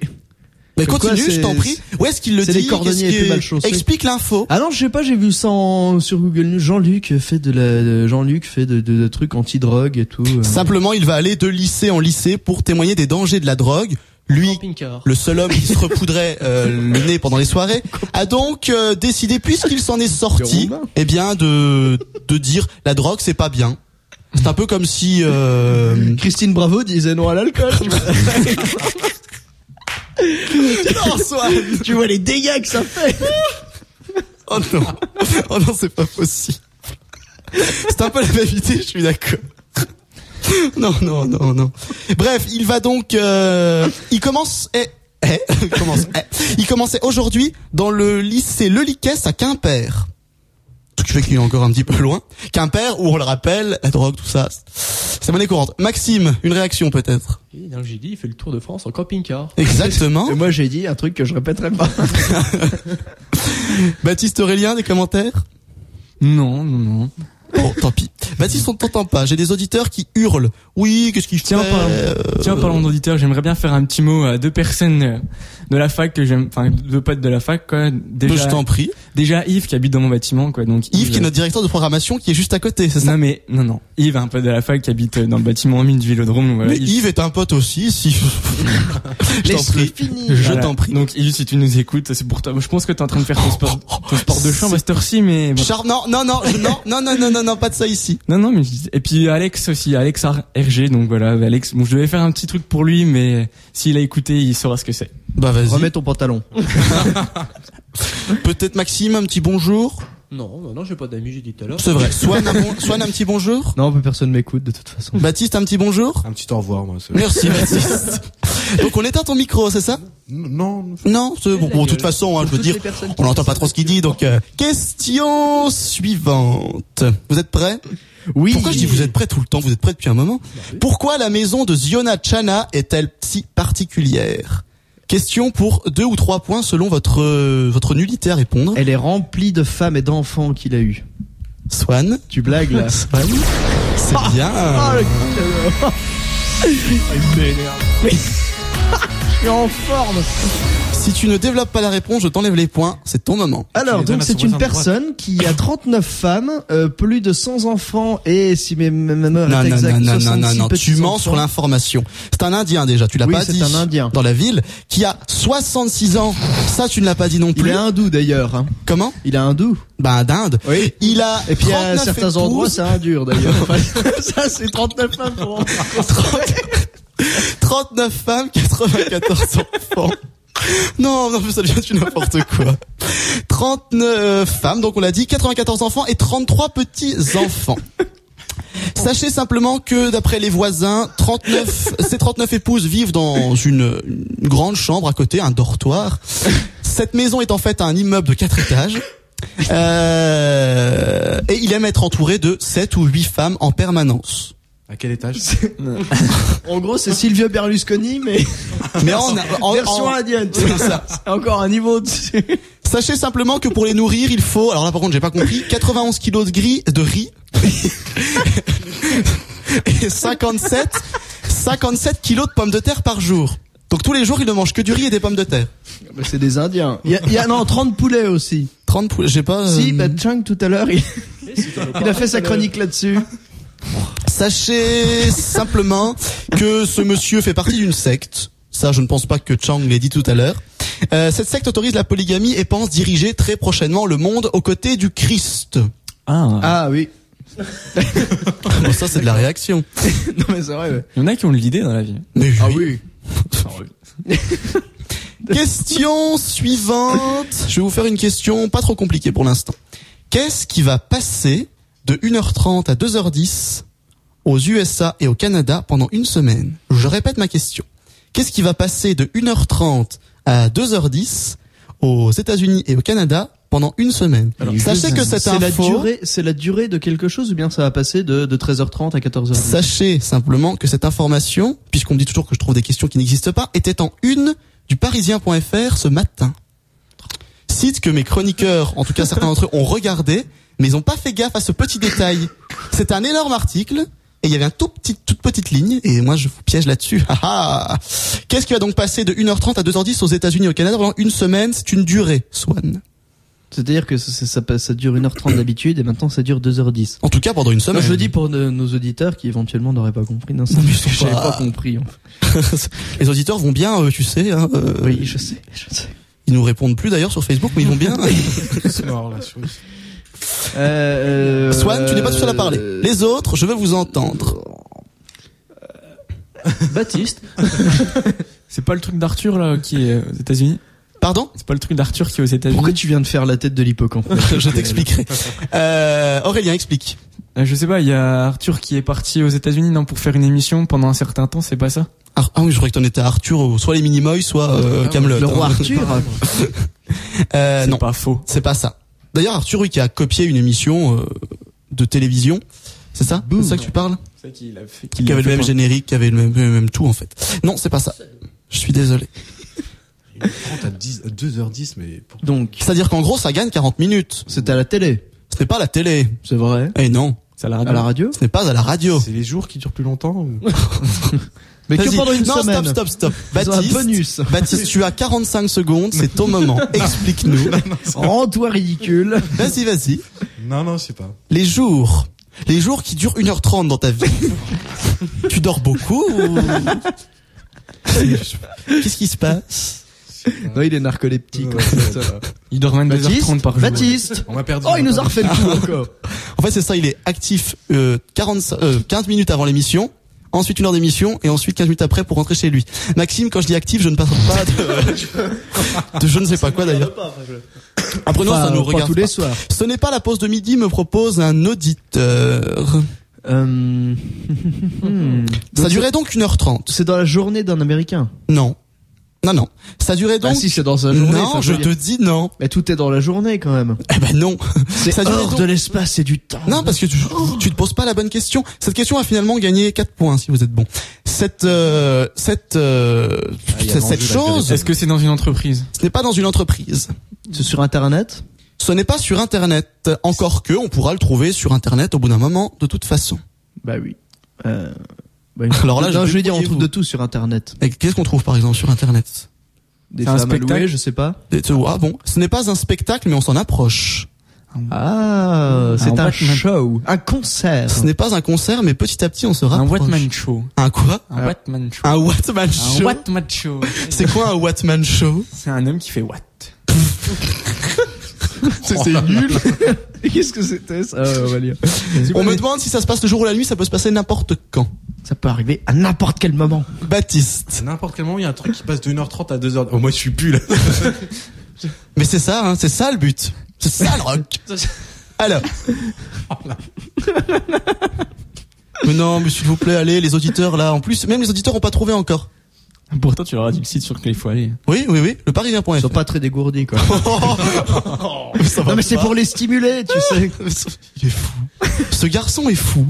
Speaker 5: Mais
Speaker 2: Comme quoi,
Speaker 5: continue, je
Speaker 2: c'est-
Speaker 5: t'en prie. Où est-ce qu'il le
Speaker 2: c'est
Speaker 5: dit
Speaker 2: les cordonniers
Speaker 5: Qu'est-ce
Speaker 2: les plus
Speaker 5: qui-
Speaker 2: mal chaussés.
Speaker 5: Explique l'info.
Speaker 2: Ah non, je sais pas, j'ai vu ça en- sur Google News. Jean-Luc fait de la, de- Jean-Luc fait de, de, de trucs anti-drogue et tout. euh.
Speaker 5: Simplement, il va aller de lycée en lycée pour témoigner des dangers de la drogue. Lui,
Speaker 3: Camping-car.
Speaker 5: le seul homme qui se repoudrait euh, le nez pendant les soirées, a donc euh, décidé, puisqu'il s'en est sorti,
Speaker 2: Des roumains.
Speaker 5: eh bien de de dire la drogue c'est pas bien. C'est un peu comme si euh,
Speaker 2: Christine Bravo disait non à l'alcool. tu vois.
Speaker 5: Non, Swan
Speaker 2: tu vois les dégâts que ça fait.
Speaker 5: Oh non, oh non, c'est pas possible. C'est un peu la même idée, je suis d'accord. Non, non, non, non. Bref, il va donc, euh, il commence, eh, eh, il commence, eh. il commençait aujourd'hui dans le lycée Le Liquès à Quimper. Truc fait qu'il est encore un petit peu loin. Quimper, où on le rappelle, la drogue, tout ça, c'est monnaie courante. Maxime, une réaction peut-être.
Speaker 3: Et dans le GD, il fait le tour de France en camping-car.
Speaker 5: Exactement.
Speaker 2: Et moi j'ai dit un truc que je répéterai pas.
Speaker 5: Baptiste Aurélien, des commentaires
Speaker 9: Non, non, non.
Speaker 5: Bon, tant pis. Baptiste, on ne t'entend pas. J'ai des auditeurs qui hurlent. Oui, qu'est-ce qu'ils
Speaker 9: Tiens,
Speaker 5: fais
Speaker 9: parlons.
Speaker 5: Euh,
Speaker 9: Tiens, parlant d'auditeurs, j'aimerais bien faire un petit mot à deux personnes euh, de la fac que j'aime, enfin deux potes de la fac quoi.
Speaker 5: Je
Speaker 9: Déjà,
Speaker 5: t'en prie.
Speaker 9: déjà Yves qui habite dans mon bâtiment quoi. Donc
Speaker 5: Yves, qui est
Speaker 9: euh,
Speaker 5: notre directeur de programmation, qui est juste à côté, c'est ça
Speaker 9: non mais non non Yves un pote de la fac qui habite euh, dans le bâtiment mine du Vélodrome. donc voilà,
Speaker 5: Mais Yves est un pote aussi, si... je t'en prie. Je
Speaker 9: Voilà.
Speaker 5: t'en prie.
Speaker 9: Donc Yves, si tu nous écoutes, c'est pour toi. Je pense que t'es en train de faire ton sport, ton sport de champ à cette heure-ci, mais bon.
Speaker 5: Char- non, non, non, je- non, non, non, non, non, non, pas de ça ici.
Speaker 9: non, non. Mais je dis- et puis Alex aussi, Alex Ar- RG. Donc voilà, Alex. Bon, je devais faire un petit truc pour lui, mais euh, s'il a écouté, il saura ce que c'est.
Speaker 5: Bah vas-y.
Speaker 2: Remets ton pantalon.
Speaker 5: Peut-être Maxime, un petit bonjour.
Speaker 3: Non, non, non, j'ai pas d'amis, j'ai dit tout à l'heure.
Speaker 5: C'est vrai. Swan, un, bon- Swan, un petit bonjour.
Speaker 2: Non, mais personne m'écoute de toute façon.
Speaker 5: Baptiste, un petit bonjour.
Speaker 8: Un petit au revoir, moi. c'est-
Speaker 5: Merci Baptiste. Donc on éteint ton micro, c'est ça
Speaker 8: Non,
Speaker 5: Non, c'est bon. Bon, de toute façon, hein, je veux
Speaker 2: Toutes
Speaker 5: dire,
Speaker 2: les personnes qui
Speaker 5: on n'entend pas trop ce qu'il dit. Donc euh, question suivante. Vous êtes prêts
Speaker 2: Oui.
Speaker 5: Pourquoi je dis vous êtes prêts tout le temps Vous êtes prêts depuis un moment
Speaker 8: Bah
Speaker 5: Pourquoi la maison de Ziona Chana est-elle si particulière Question pour deux ou trois points selon votre euh, votre nullité à répondre.
Speaker 2: Elle est remplie de femmes et d'enfants qu'il a eu.
Speaker 5: Swan,
Speaker 2: Tu blagues là.
Speaker 5: c'est bien.
Speaker 2: Ah, le- Mais- Je suis en forme.
Speaker 5: Si tu ne développes pas la réponse, je t'enlève les points. C'est ton moment.
Speaker 2: Alors,
Speaker 8: les donnes
Speaker 2: donc
Speaker 8: à
Speaker 2: c'est
Speaker 8: son
Speaker 2: une
Speaker 8: voisin de droite.
Speaker 2: personne qui a 39 femmes, euh, plus de 100 enfants et si mes mes mémoires
Speaker 5: Non,
Speaker 2: est
Speaker 5: non,
Speaker 2: exacte,
Speaker 5: non, non, non,
Speaker 2: 66
Speaker 5: non, non,
Speaker 2: petits
Speaker 5: tu mens sur
Speaker 2: enfants.
Speaker 5: l'information. C'est un Indien déjà, tu l'as
Speaker 2: Oui,
Speaker 5: pas
Speaker 2: c'est
Speaker 5: dit.
Speaker 2: un Indien.
Speaker 5: Dans la ville, qui a 66 ans. Ça, tu ne l'as pas dit non
Speaker 2: Il
Speaker 5: plus.
Speaker 2: est hindou d'ailleurs. hein.
Speaker 5: Comment
Speaker 2: Il est hindou.
Speaker 5: Bah, d'Inde.
Speaker 2: Oui.
Speaker 5: Il a
Speaker 2: Et puis à
Speaker 5: 39
Speaker 2: certains
Speaker 5: épouses.
Speaker 2: endroits, c'est un dur d'ailleurs. ça, c'est 39 femmes pour
Speaker 5: 39 femmes, 94 enfants. Non, non, mais ça devient du n'importe quoi. 39 femmes, donc on l'a dit, 94 enfants et 33 petits-enfants. Sachez simplement que d'après les voisins, 39, ces 39 épouses vivent dans une, une grande chambre à côté, un dortoir. Cette maison est en fait un immeuble de quatre étages. Euh, et il aime être entouré de 7 ou 8 femmes en permanence.
Speaker 8: À quel étage
Speaker 2: En gros, c'est Silvio Berlusconi, mais
Speaker 5: Mais en, en-
Speaker 2: version
Speaker 5: en-
Speaker 2: indienne.
Speaker 5: c'est ça.
Speaker 2: C'est encore un niveau dessus.
Speaker 5: Sachez simplement que pour les nourrir, il faut, alors là par contre j'ai pas compris, 91 kilos de gris, de riz. et 57, 57 kilos de pommes de terre par jour. Donc tous les jours, ils ne mangent que du riz et des pommes de terre.
Speaker 2: Mais c'est des Indiens. Il y a, il y a non, 30 poulets aussi.
Speaker 5: 30 poules, j'ai pas... euh,
Speaker 2: Si, bah, Chung tout à l'heure, il, il a fait sa chronique là-dessus.
Speaker 5: Sachez simplement que ce monsieur fait partie d'une secte. Ça, je ne pense pas que Chang l'ait dit tout à l'heure. Euh, cette secte autorise la polygamie et pense diriger très prochainement le monde aux côtés du Christ.
Speaker 9: Ah.
Speaker 2: Ah oui.
Speaker 5: Bon, ça, c'est de la réaction.
Speaker 2: Non mais c'est vrai. Ouais.
Speaker 9: Il y en a qui ont de l'idée dans la vie.
Speaker 5: Mais Ah oui.
Speaker 2: Ah oui.
Speaker 5: Question suivante. Je vais vous faire une question pas trop compliquée pour l'instant. Qu'est-ce qui va passer de 1h30 à 2h10 aux USA et au Canada pendant une semaine Je répète ma question. Qu'est-ce qui va passer de 1h30 à 2h10 aux États-Unis et au Canada pendant une semaine Sachez que cette
Speaker 2: C'est la
Speaker 5: info,
Speaker 2: durée, c'est la durée de quelque chose ou bien ça va passer de, de 13h30 à 14h.
Speaker 5: sachez simplement que cette information, puisqu'on me dit toujours que je trouve des questions qui n'existent pas, était en une du parisien.fr ce matin. Site que mes chroniqueurs, en tout cas certains d'entre eux, ont regardé, mais ils n'ont pas fait gaffe à ce petit détail. C'est un énorme article, et il y avait un tout petit, toute petite ligne, et moi je vous piège là-dessus. Ah ah Qu'est-ce qui va donc passer de 1h30 à 2h10 aux États-Unis et au Canada pendant une semaine C'est une durée, Swan.
Speaker 2: C'est-à-dire que ça, ça, passe- ça dure 1h30 d'habitude et maintenant ça dure 2h10.
Speaker 5: En tout cas pendant une
Speaker 2: Moi,
Speaker 5: semaine.
Speaker 2: je le dis pour nos, nos auditeurs qui éventuellement n'auraient pas compris d'un seul parce que j'avais pas compris. en fait.
Speaker 5: Les auditeurs vont bien, euh, tu sais. hein, euh,
Speaker 2: Oui, je sais, je sais.
Speaker 5: Ils nous répondent plus d'ailleurs sur Facebook, mais ils vont bien.
Speaker 8: C'est mort, là. sur-
Speaker 2: Euh, euh,
Speaker 5: Swan, tu n'es pas tout seul à parler.
Speaker 2: euh,
Speaker 5: Les autres, je veux vous entendre.
Speaker 3: Baptiste,
Speaker 9: C'est pas le truc d'Arthur là qui est aux États-Unis
Speaker 5: Pardon
Speaker 9: C'est pas le truc d'Arthur qui est aux
Speaker 2: Pourquoi
Speaker 9: États-Unis
Speaker 2: tu viens de faire la tête de l'hippocampe
Speaker 5: Je t'expliquerai. Euh, Aurélien, explique.
Speaker 9: Euh, Je sais pas, il y a Arthur qui est parti aux États-Unis non pour faire une émission pendant un certain temps, c'est pas ça
Speaker 5: Ar- ah oui, je croyais que t'en étais à Arthur, ou soit les Minimoys, soit euh, Kaamelott,
Speaker 2: Ah Le
Speaker 5: hein.
Speaker 2: roi Arthur Bah
Speaker 5: Euh,
Speaker 9: C'est
Speaker 5: non,
Speaker 9: pas faux.
Speaker 5: c'est pas ça. D'ailleurs, Arthur, oui, qui a copié une émission euh, de télévision. C'est ça C'est ça que tu parles
Speaker 9: C'est qu'il a fait
Speaker 5: Qui avait le même générique, qui avait le même, le même tout, en fait. Non, c'est pas ça. Je suis désolé.
Speaker 8: Prends à 10, à 2h10, mais pour...
Speaker 2: Donc,
Speaker 5: C'est-à-dire qu'en gros, ça gagne 40 minutes.
Speaker 2: c'était à la télé,
Speaker 5: Ce n'est pas à la télé.
Speaker 2: c'est vrai
Speaker 5: Eh non,
Speaker 9: Ça l'a
Speaker 2: À la radio
Speaker 5: ce n'est pas à la radio.
Speaker 8: c'est les jours qui durent plus longtemps ou...
Speaker 2: Mais que
Speaker 5: Vas-y.
Speaker 2: pendant une
Speaker 5: non,
Speaker 2: semaine
Speaker 5: stop, stop, stop.
Speaker 2: Ils ont un
Speaker 5: Baptiste,
Speaker 2: bonus
Speaker 5: Baptiste, tu as 45 secondes, c'est ton moment. Explique-nous.
Speaker 2: Rends-toi ridicule
Speaker 5: Vas-y, vas-y.
Speaker 8: Non, non, je sais pas.
Speaker 5: Les jours. Les jours qui durent 1h30 dans ta vie. tu dors beaucoup ou... Qu'est-ce qui se passe
Speaker 2: Non, il est narcoleptique.
Speaker 8: Ouais, c'est ça.
Speaker 9: Il dort 22h30
Speaker 2: Baptiste
Speaker 9: par jour.
Speaker 2: Baptiste
Speaker 8: On m'a perdu.
Speaker 2: Oh, il nous a refait le
Speaker 5: Ah.
Speaker 2: coup encore
Speaker 5: En fait, c'est ça, il est actif euh, 45 euh, 15 minutes avant l'émission. Ensuite une heure d'émission et ensuite 15 minutes après pour rentrer chez lui. Maxime, quand je dis actif, je ne parle pas de, de je ne sais pas quoi d'ailleurs. Après non, ça
Speaker 2: Enfin,
Speaker 5: nous
Speaker 2: pas
Speaker 5: regarde.
Speaker 2: tous
Speaker 5: pas.
Speaker 2: les soirs.
Speaker 5: Ce n'est pas la pause de midi, me propose un auditeur.
Speaker 2: Euh,
Speaker 5: Ça durait donc 1h30.
Speaker 2: C'est dans la journée d'un Américain.
Speaker 5: Non. Non, non. Ça durait donc...
Speaker 2: Ah si, c'est dans sa journée.
Speaker 5: non,
Speaker 2: ça
Speaker 5: je
Speaker 2: veut
Speaker 5: te
Speaker 2: dire-
Speaker 5: dis non.
Speaker 2: Mais tout est dans la journée quand même.
Speaker 5: Eh ben non.
Speaker 2: C'est
Speaker 5: Ça durait
Speaker 2: hors
Speaker 5: donc-
Speaker 2: de l'espace et du temps.
Speaker 5: Non, parce que tu, tu te poses pas la bonne question. Cette question a finalement gagné 4 points, si vous êtes bon. Cette... euh, cette... euh,
Speaker 8: il y a l'enjeu
Speaker 5: cette- cette
Speaker 8: de la
Speaker 5: chose,
Speaker 9: Est-ce que c'est dans une entreprise
Speaker 5: ce n'est pas dans une entreprise.
Speaker 2: C'est sur Internet.
Speaker 5: Ce n'est pas sur Internet. Encore que, on pourra le trouver sur Internet au bout d'un moment, de toute façon.
Speaker 2: Bah oui. Euh, bah,
Speaker 5: Alors là,
Speaker 2: non,
Speaker 5: je
Speaker 2: je veux dire, on trouve
Speaker 5: débrouillez-vous.
Speaker 2: de tout sur Internet.
Speaker 5: Et Eh, qu'est-ce qu'on trouve, par exemple, sur Internet
Speaker 2: Des
Speaker 9: C'est un
Speaker 2: femmes à
Speaker 9: spectacle
Speaker 2: louer, je sais pas.
Speaker 5: Des- Ah bon, ce n'est pas un spectacle, mais on s'en approche.
Speaker 2: Ah,
Speaker 9: un
Speaker 2: c'est un
Speaker 9: one-man-
Speaker 2: show, un concert.
Speaker 5: Ce n'est pas un concert, mais petit à petit, on se
Speaker 9: Un
Speaker 5: rapproche.
Speaker 9: Watman Show.
Speaker 5: Un quoi
Speaker 9: Un Watman Show.
Speaker 5: Un What Man
Speaker 9: Un
Speaker 5: Show
Speaker 9: Watman Show.
Speaker 5: C'est quoi un What Man Show
Speaker 9: C'est un homme qui fait what
Speaker 5: C'est nul
Speaker 2: Qu'est-ce que c'était ça, euh, Aurélien
Speaker 5: On me demande si ça se passe le jour ou la nuit, ça peut se passer n'importe quand.
Speaker 2: Ça peut arriver à n'importe quel moment.
Speaker 5: Baptiste.
Speaker 8: C'est n'importe quel moment, il y a un truc qui passe de 1h30 à 2h. Oh, moi, je suis plus là.
Speaker 5: Mais c'est ça, hein, c'est ça le but. C'est ça le rock. Alors. Mais non, mais s'il vous plaît, allez, les auditeurs là, en plus, même les auditeurs ont pas trouvé encore.
Speaker 9: Pourtant, tu leur as dit le site sur lequel il faut aller.
Speaker 5: Oui, oui, oui, le parisien.fr.
Speaker 2: Ils sont pas très dégourdis, quoi.
Speaker 5: Ça va
Speaker 2: non, mais c'est
Speaker 5: pas.
Speaker 2: pour les stimuler, tu sais.
Speaker 5: Il est fou. Ce garçon est fou.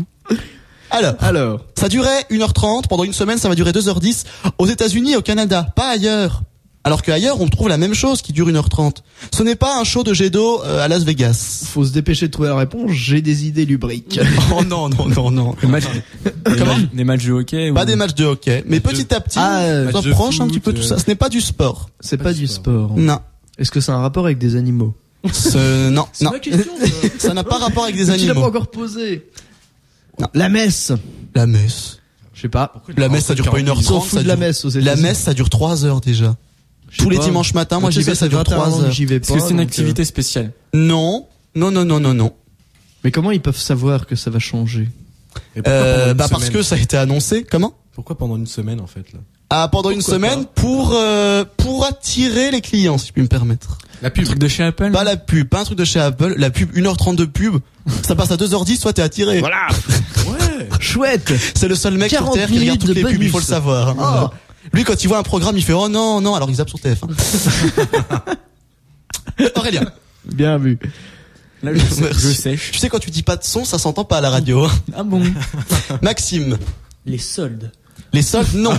Speaker 5: Alors,
Speaker 2: Alors,
Speaker 5: ça durait 1h30, pendant une semaine ça va durer 2h10 aux États-Unis et au Canada, pas ailleurs. Alors qu'ailleurs on trouve la même chose qui dure 1h30. Ce n'est pas un show de jet d'eau euh, à Las Vegas.
Speaker 2: faut se dépêcher de trouver la réponse. J'ai des idées lubriques.
Speaker 5: Oh non, non, non, non.
Speaker 9: Des matchs, des matchs- des matchs de hockey ou-
Speaker 5: Pas des matchs de hockey, mais petit à petit,
Speaker 2: Ah, euh,
Speaker 5: on
Speaker 8: match de
Speaker 5: s'approche un
Speaker 8: foot,
Speaker 5: petit peu tout
Speaker 8: euh.
Speaker 5: ça. Ce n'est pas du sport.
Speaker 2: C'est pas,
Speaker 8: Pas
Speaker 2: du
Speaker 8: du
Speaker 2: sport. Mm.
Speaker 5: Non.
Speaker 2: Est-ce que ça a un rapport avec des animaux
Speaker 5: Ce, non,
Speaker 3: c'est
Speaker 5: non.
Speaker 3: ma question. ça.
Speaker 5: Ça n'a pas rapport avec des
Speaker 2: Tu l'as pas
Speaker 5: animaux.
Speaker 2: encore posé.
Speaker 5: Non.
Speaker 2: La messe.
Speaker 5: La messe.
Speaker 2: Je sais pas.
Speaker 5: La messe ça dure pas
Speaker 2: Ils s'en
Speaker 5: 1h30,
Speaker 2: foutent
Speaker 5: ça
Speaker 2: de la
Speaker 5: dure...
Speaker 2: messe aux
Speaker 5: La
Speaker 2: États-Unis.
Speaker 5: messe ça dure 3 heures déjà.
Speaker 2: Je sais
Speaker 5: Tous les
Speaker 2: pas.
Speaker 5: dimanches matin, moi
Speaker 2: Tu
Speaker 5: j'y
Speaker 2: sais,
Speaker 5: vais, ça dure
Speaker 2: fait 21 ans
Speaker 5: 3
Speaker 2: que
Speaker 5: heures.
Speaker 2: J'y vais pas.
Speaker 9: Est-ce que c'est une
Speaker 2: donc,
Speaker 9: activité spéciale
Speaker 5: Non, non, non, non, non, non.
Speaker 2: euh, Mais comment ils peuvent savoir que ça va changer
Speaker 8: Et pourquoi pendant
Speaker 5: Euh,
Speaker 8: une
Speaker 5: bah parce
Speaker 8: semaine
Speaker 5: que ça a été annoncé. Comment
Speaker 8: Pourquoi pendant une semaine, en fait, là
Speaker 5: Ah, pendant une semaine pour euh, pour attirer les clients, si je puis me permettre.
Speaker 8: La
Speaker 9: Un
Speaker 8: pub.
Speaker 9: truc de chez Apple
Speaker 5: Pas la pub, pas un truc de chez Apple. La pub, 1h30 de pub. Ça passe à 2h10, soit t'es attiré. Voilà.
Speaker 8: Ouais.
Speaker 2: Chouette
Speaker 5: C'est le seul mec sur
Speaker 2: 40
Speaker 5: Terre qui regarde
Speaker 2: minutes
Speaker 5: toutes
Speaker 2: de
Speaker 5: les pubs, il faut le
Speaker 2: bonus.
Speaker 5: savoir.
Speaker 2: Oh.
Speaker 5: Lui, quand il voit un programme, il fait oh non non, alors il zappe sur TF1. Aurélien,
Speaker 2: Bien vu.
Speaker 9: Là, je, sais-
Speaker 5: Merci.
Speaker 9: je sèche.
Speaker 5: tu sais quand tu dis pas de son, ça s'entend pas à la radio. hein.
Speaker 9: Ah bon
Speaker 5: Maxime,
Speaker 3: Les soldes.
Speaker 5: les soldes, non.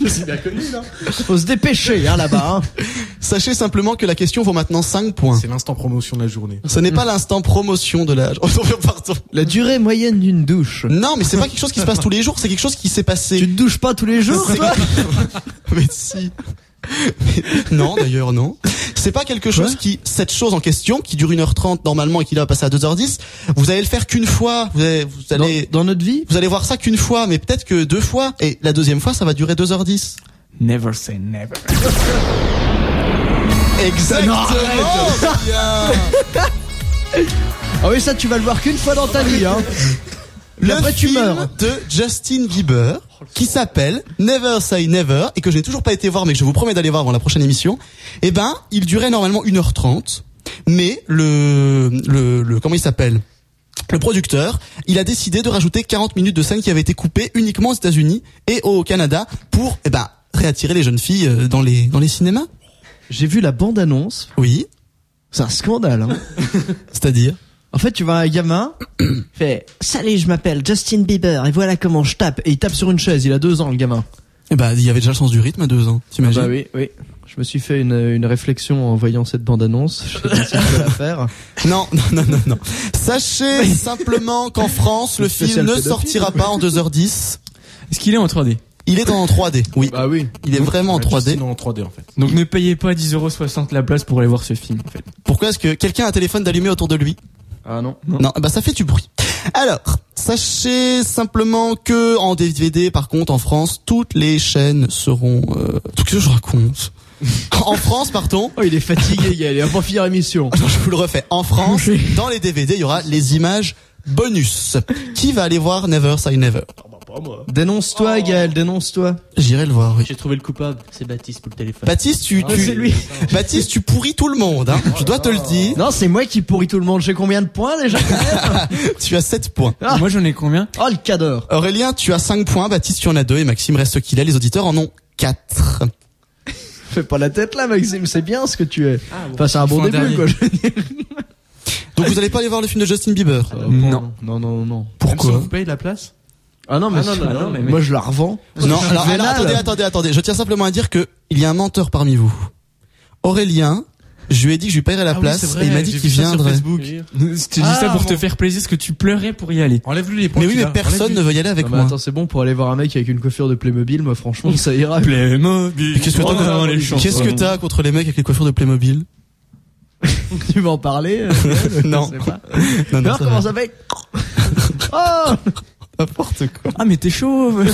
Speaker 3: Je suis bien connu, là.
Speaker 2: Faut se dépêcher hein, là-bas. hein.
Speaker 5: Sachez simplement que la question vaut maintenant 5 points.
Speaker 8: C'est l'instant promotion de la journée.
Speaker 5: Ce n'est pas l'instant promotion de l'âge. Oh, pardon.
Speaker 2: La durée moyenne d'une douche.
Speaker 5: Non, mais c'est pas quelque chose qui se passe tous les jours, c'est quelque chose qui s'est
Speaker 2: Tu
Speaker 5: passé.
Speaker 2: te douches pas tous les jours,
Speaker 5: C'est-
Speaker 2: toi
Speaker 5: Mais si. Mais- non, d'ailleurs, non. C'est pas quelque chose qui, cette chose en question, qui dure 1h30 normalement et qui là va passer à 2h10, vous allez le faire qu'une fois, vous allez, vous
Speaker 2: dans,
Speaker 5: allez,
Speaker 2: dans notre vie
Speaker 5: vous allez voir ça qu'une fois, mais peut-être que deux fois, et la deuxième fois, ça va durer 2h10.
Speaker 9: Never say never.
Speaker 5: Exactement. Bien.
Speaker 2: Ah oui, ça, tu vas le voir qu'une fois dans ta vie, hein. Puis
Speaker 5: le
Speaker 2: après, tu
Speaker 5: film
Speaker 2: meurs.
Speaker 5: de Justin Bieber qui s'appelle Never Say Never et que je n'ai toujours pas été voir mais que je vous promets d'aller voir avant la prochaine émission. Eh ben, il durait normalement 1h30 mais le le, le comment il s'appelle le producteur, il a décidé de rajouter 40 minutes de scène qui avaient été coupées uniquement aux États-Unis et au Canada pour eh ben réattirer les jeunes filles euh, dans les dans les cinémas.
Speaker 2: J'ai vu la bande-annonce.
Speaker 5: Oui,
Speaker 2: C'est un scandale, hein.
Speaker 5: c'est-à-dire
Speaker 2: En fait, tu vois un gamin, il fait Salut, je m'appelle Justin Bieber et voilà comment je tape. Et il tape sur une chaise, il a deux ans le gamin.
Speaker 5: eh ben, il y avait déjà le sens du rythme à deux ans, t'imagines
Speaker 2: bah oui, oui. Je me suis fait une, une réflexion en voyant cette bande-annonce. Je sais pas si je peux la faire.
Speaker 5: Non, non, non, non, non. Sachez simplement qu'en France, le film
Speaker 2: Spécial
Speaker 5: ne
Speaker 2: pédophile.
Speaker 5: sortira pas en 2h10.
Speaker 9: Est-ce qu'il est en 3D
Speaker 5: Il est en 3D, oui.
Speaker 8: Bah oui.
Speaker 5: Il est vraiment en
Speaker 9: Bah,
Speaker 5: 3D.
Speaker 8: Non, en 3D en fait.
Speaker 9: Donc ne payez pas 10,60€ la place pour aller voir ce film. En fait.
Speaker 5: Pourquoi est-ce que quelqu'un a un téléphone d'allumé autour de lui
Speaker 9: Ah non.
Speaker 5: Non, bah ça fait du bruit. Alors, sachez simplement que en DVD, par contre, en France, toutes les chaînes seront... Euh... Tout ce que je raconte. en France, pardon,
Speaker 2: Oh, il est fatigué, il est pas finir l'émission.
Speaker 5: Attends, je vous le refais. En France, dans les DVD, il y aura les images bonus. Qui va aller voir Never Say Never
Speaker 2: Dénonce-toi, Gaël, dénonce-toi.
Speaker 5: J'irai le voir, oui.
Speaker 3: J'ai trouvé le coupable, c'est Baptiste pour le téléphone.
Speaker 5: Baptiste, tu,
Speaker 2: Ah,
Speaker 5: tu- Baptiste, tu pourris tout le monde, hein. Je dois te le dire.
Speaker 2: Non, c'est moi qui pourris tout le monde. J'ai combien de points déjà
Speaker 5: Tu as 7 points.
Speaker 2: Ah.
Speaker 9: Moi j'en ai combien
Speaker 2: Oh, le cador.
Speaker 5: Aurélien, tu as 5 points. Baptiste, tu en as 2. Et Maxime reste ce qu'il est. Les auditeurs en ont 4.
Speaker 2: Fais pas la tête là, Maxime, c'est bien ce que tu es. Enfin, c'est un
Speaker 9: Faut
Speaker 2: bon
Speaker 9: un
Speaker 2: début,
Speaker 9: dernier.
Speaker 2: quoi. je veux dire.
Speaker 5: Donc vous allez pas aller voir le film de Justin Bieber.
Speaker 2: Euh, Non, non, non, non.
Speaker 5: Pourquoi
Speaker 8: Vous payez la place
Speaker 2: Ah non, mais,
Speaker 9: Ah non, non,
Speaker 2: ah
Speaker 9: non,
Speaker 2: non,
Speaker 9: mais-
Speaker 2: moi je la revends. Je
Speaker 5: Non,
Speaker 2: suis
Speaker 5: alors, alors,
Speaker 2: vénal.
Speaker 5: attendez, attendez, attendez. Je tiens simplement à dire que il y a un menteur parmi vous. Aurélien, je lui ai dit que je lui paierais la
Speaker 8: Ah oui,
Speaker 5: place
Speaker 8: c'est vrai,
Speaker 5: et il m'a dit
Speaker 8: j'ai
Speaker 5: qu'il
Speaker 8: vu ça sur
Speaker 5: viendrait.
Speaker 8: Facebook.
Speaker 9: Je te dis
Speaker 8: Ah,
Speaker 9: ça pour te
Speaker 8: bon.
Speaker 9: faire plaisir, parce que tu pleurais pour y aller.
Speaker 8: Enlève-lui les points.
Speaker 5: Mais oui,
Speaker 8: qu'il a.
Speaker 5: mais personne
Speaker 8: Enlève-lui.
Speaker 5: ne veut y aller avec
Speaker 8: Ah, bah,
Speaker 2: Non, mais
Speaker 5: moi.
Speaker 2: attends, c'est bon pour aller voir un mec avec une coiffure de Playmobil, moi franchement, ça ira.
Speaker 9: Playmobil.
Speaker 5: Qu'est-ce que
Speaker 9: Oh,
Speaker 5: t'as-
Speaker 9: vraiment, les chances,
Speaker 5: Qu'est-ce que
Speaker 8: hein.
Speaker 9: vraiment.
Speaker 5: t'as contre les mecs avec les coiffures de Playmobil
Speaker 2: tu veux en parler euh,
Speaker 5: Non.
Speaker 2: Je sais pas.
Speaker 5: Non, non,
Speaker 2: Alors,
Speaker 5: ça
Speaker 2: comment
Speaker 5: va.
Speaker 2: ça fait Oh
Speaker 5: N'importe quoi.
Speaker 9: Ah mais t'es chauve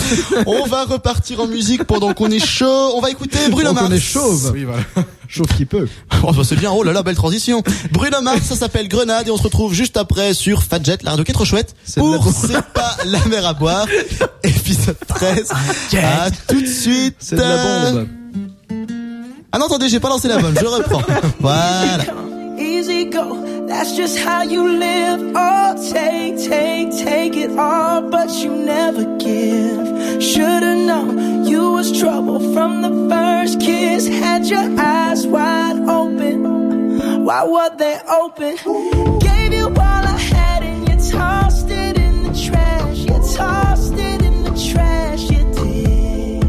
Speaker 5: On va repartir en musique pendant qu'on est chaud. On va écouter Bruno
Speaker 2: On
Speaker 5: Mars.
Speaker 2: connaît chauve.
Speaker 8: Oui, voilà.
Speaker 2: Chauve qui peut.
Speaker 5: Oh, bah, c'est bien. Oh là là, belle transition. Bruno Mars, ça s'appelle Grenade et on se retrouve juste après sur Fat Jet, la radio qui est trop chouette.
Speaker 2: C'est de la
Speaker 5: Pour
Speaker 2: bombe.
Speaker 5: C'est pas la mer à boire. Épisode 13. À tout de suite.
Speaker 2: C'est de la bombe.
Speaker 5: Ah non, attendez, j'ai pas lancé la bombe. Je reprends. Voilà.
Speaker 10: easy go. That's just how you live. Oh, take, take, take it all, but you never give. Should've known you was trouble from the first kiss. Had your eyes wide open. Why were they open? Gave you all I had and you tossed it in the trash. You tossed it in the trash. You did.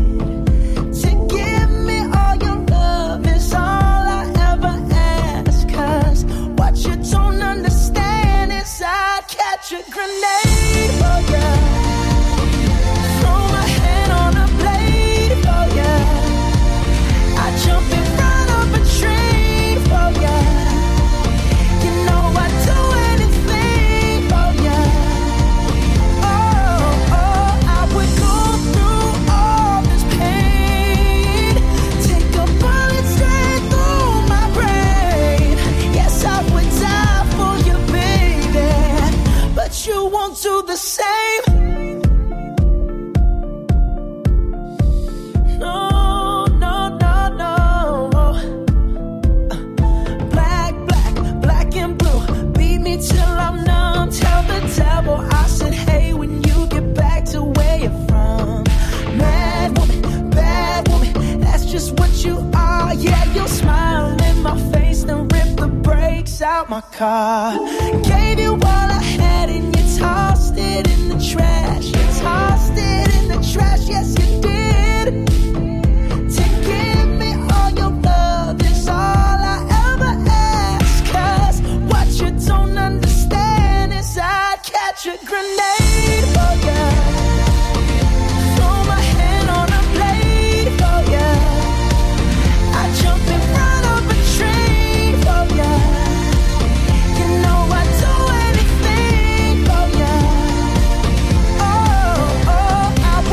Speaker 10: To give me all your love is all I ever ask. Cause what you don't understand is I catch a grenade for ya. Throw my hand on a blade for ya. I jump in front of a train for ya. You know I do anything for ya. Oh, oh, I would go through all this pain. Take a bullet straight through my brain. Yes, I would die for you, baby. But you won't do the same. No, no, no, no. Black, black, black and blue. Beat me till I'm numb. Tell the devil I said, hey, when you get back to where you're from. Mad woman, bad woman, that's just what you are. Yeah, you'll smile in my face, then rip the brakes out my car. Gave you all I had and you tossed it in the trash. You tossed it in the trash, yes, you did. To give me all your love is all I ever ask. 'Cause what you don't understand is I'd catch a grenade for ya. Throw my hand on a blade for ya. I jump in front of a train for ya. You know I'd do anything for ya. Oh, oh, I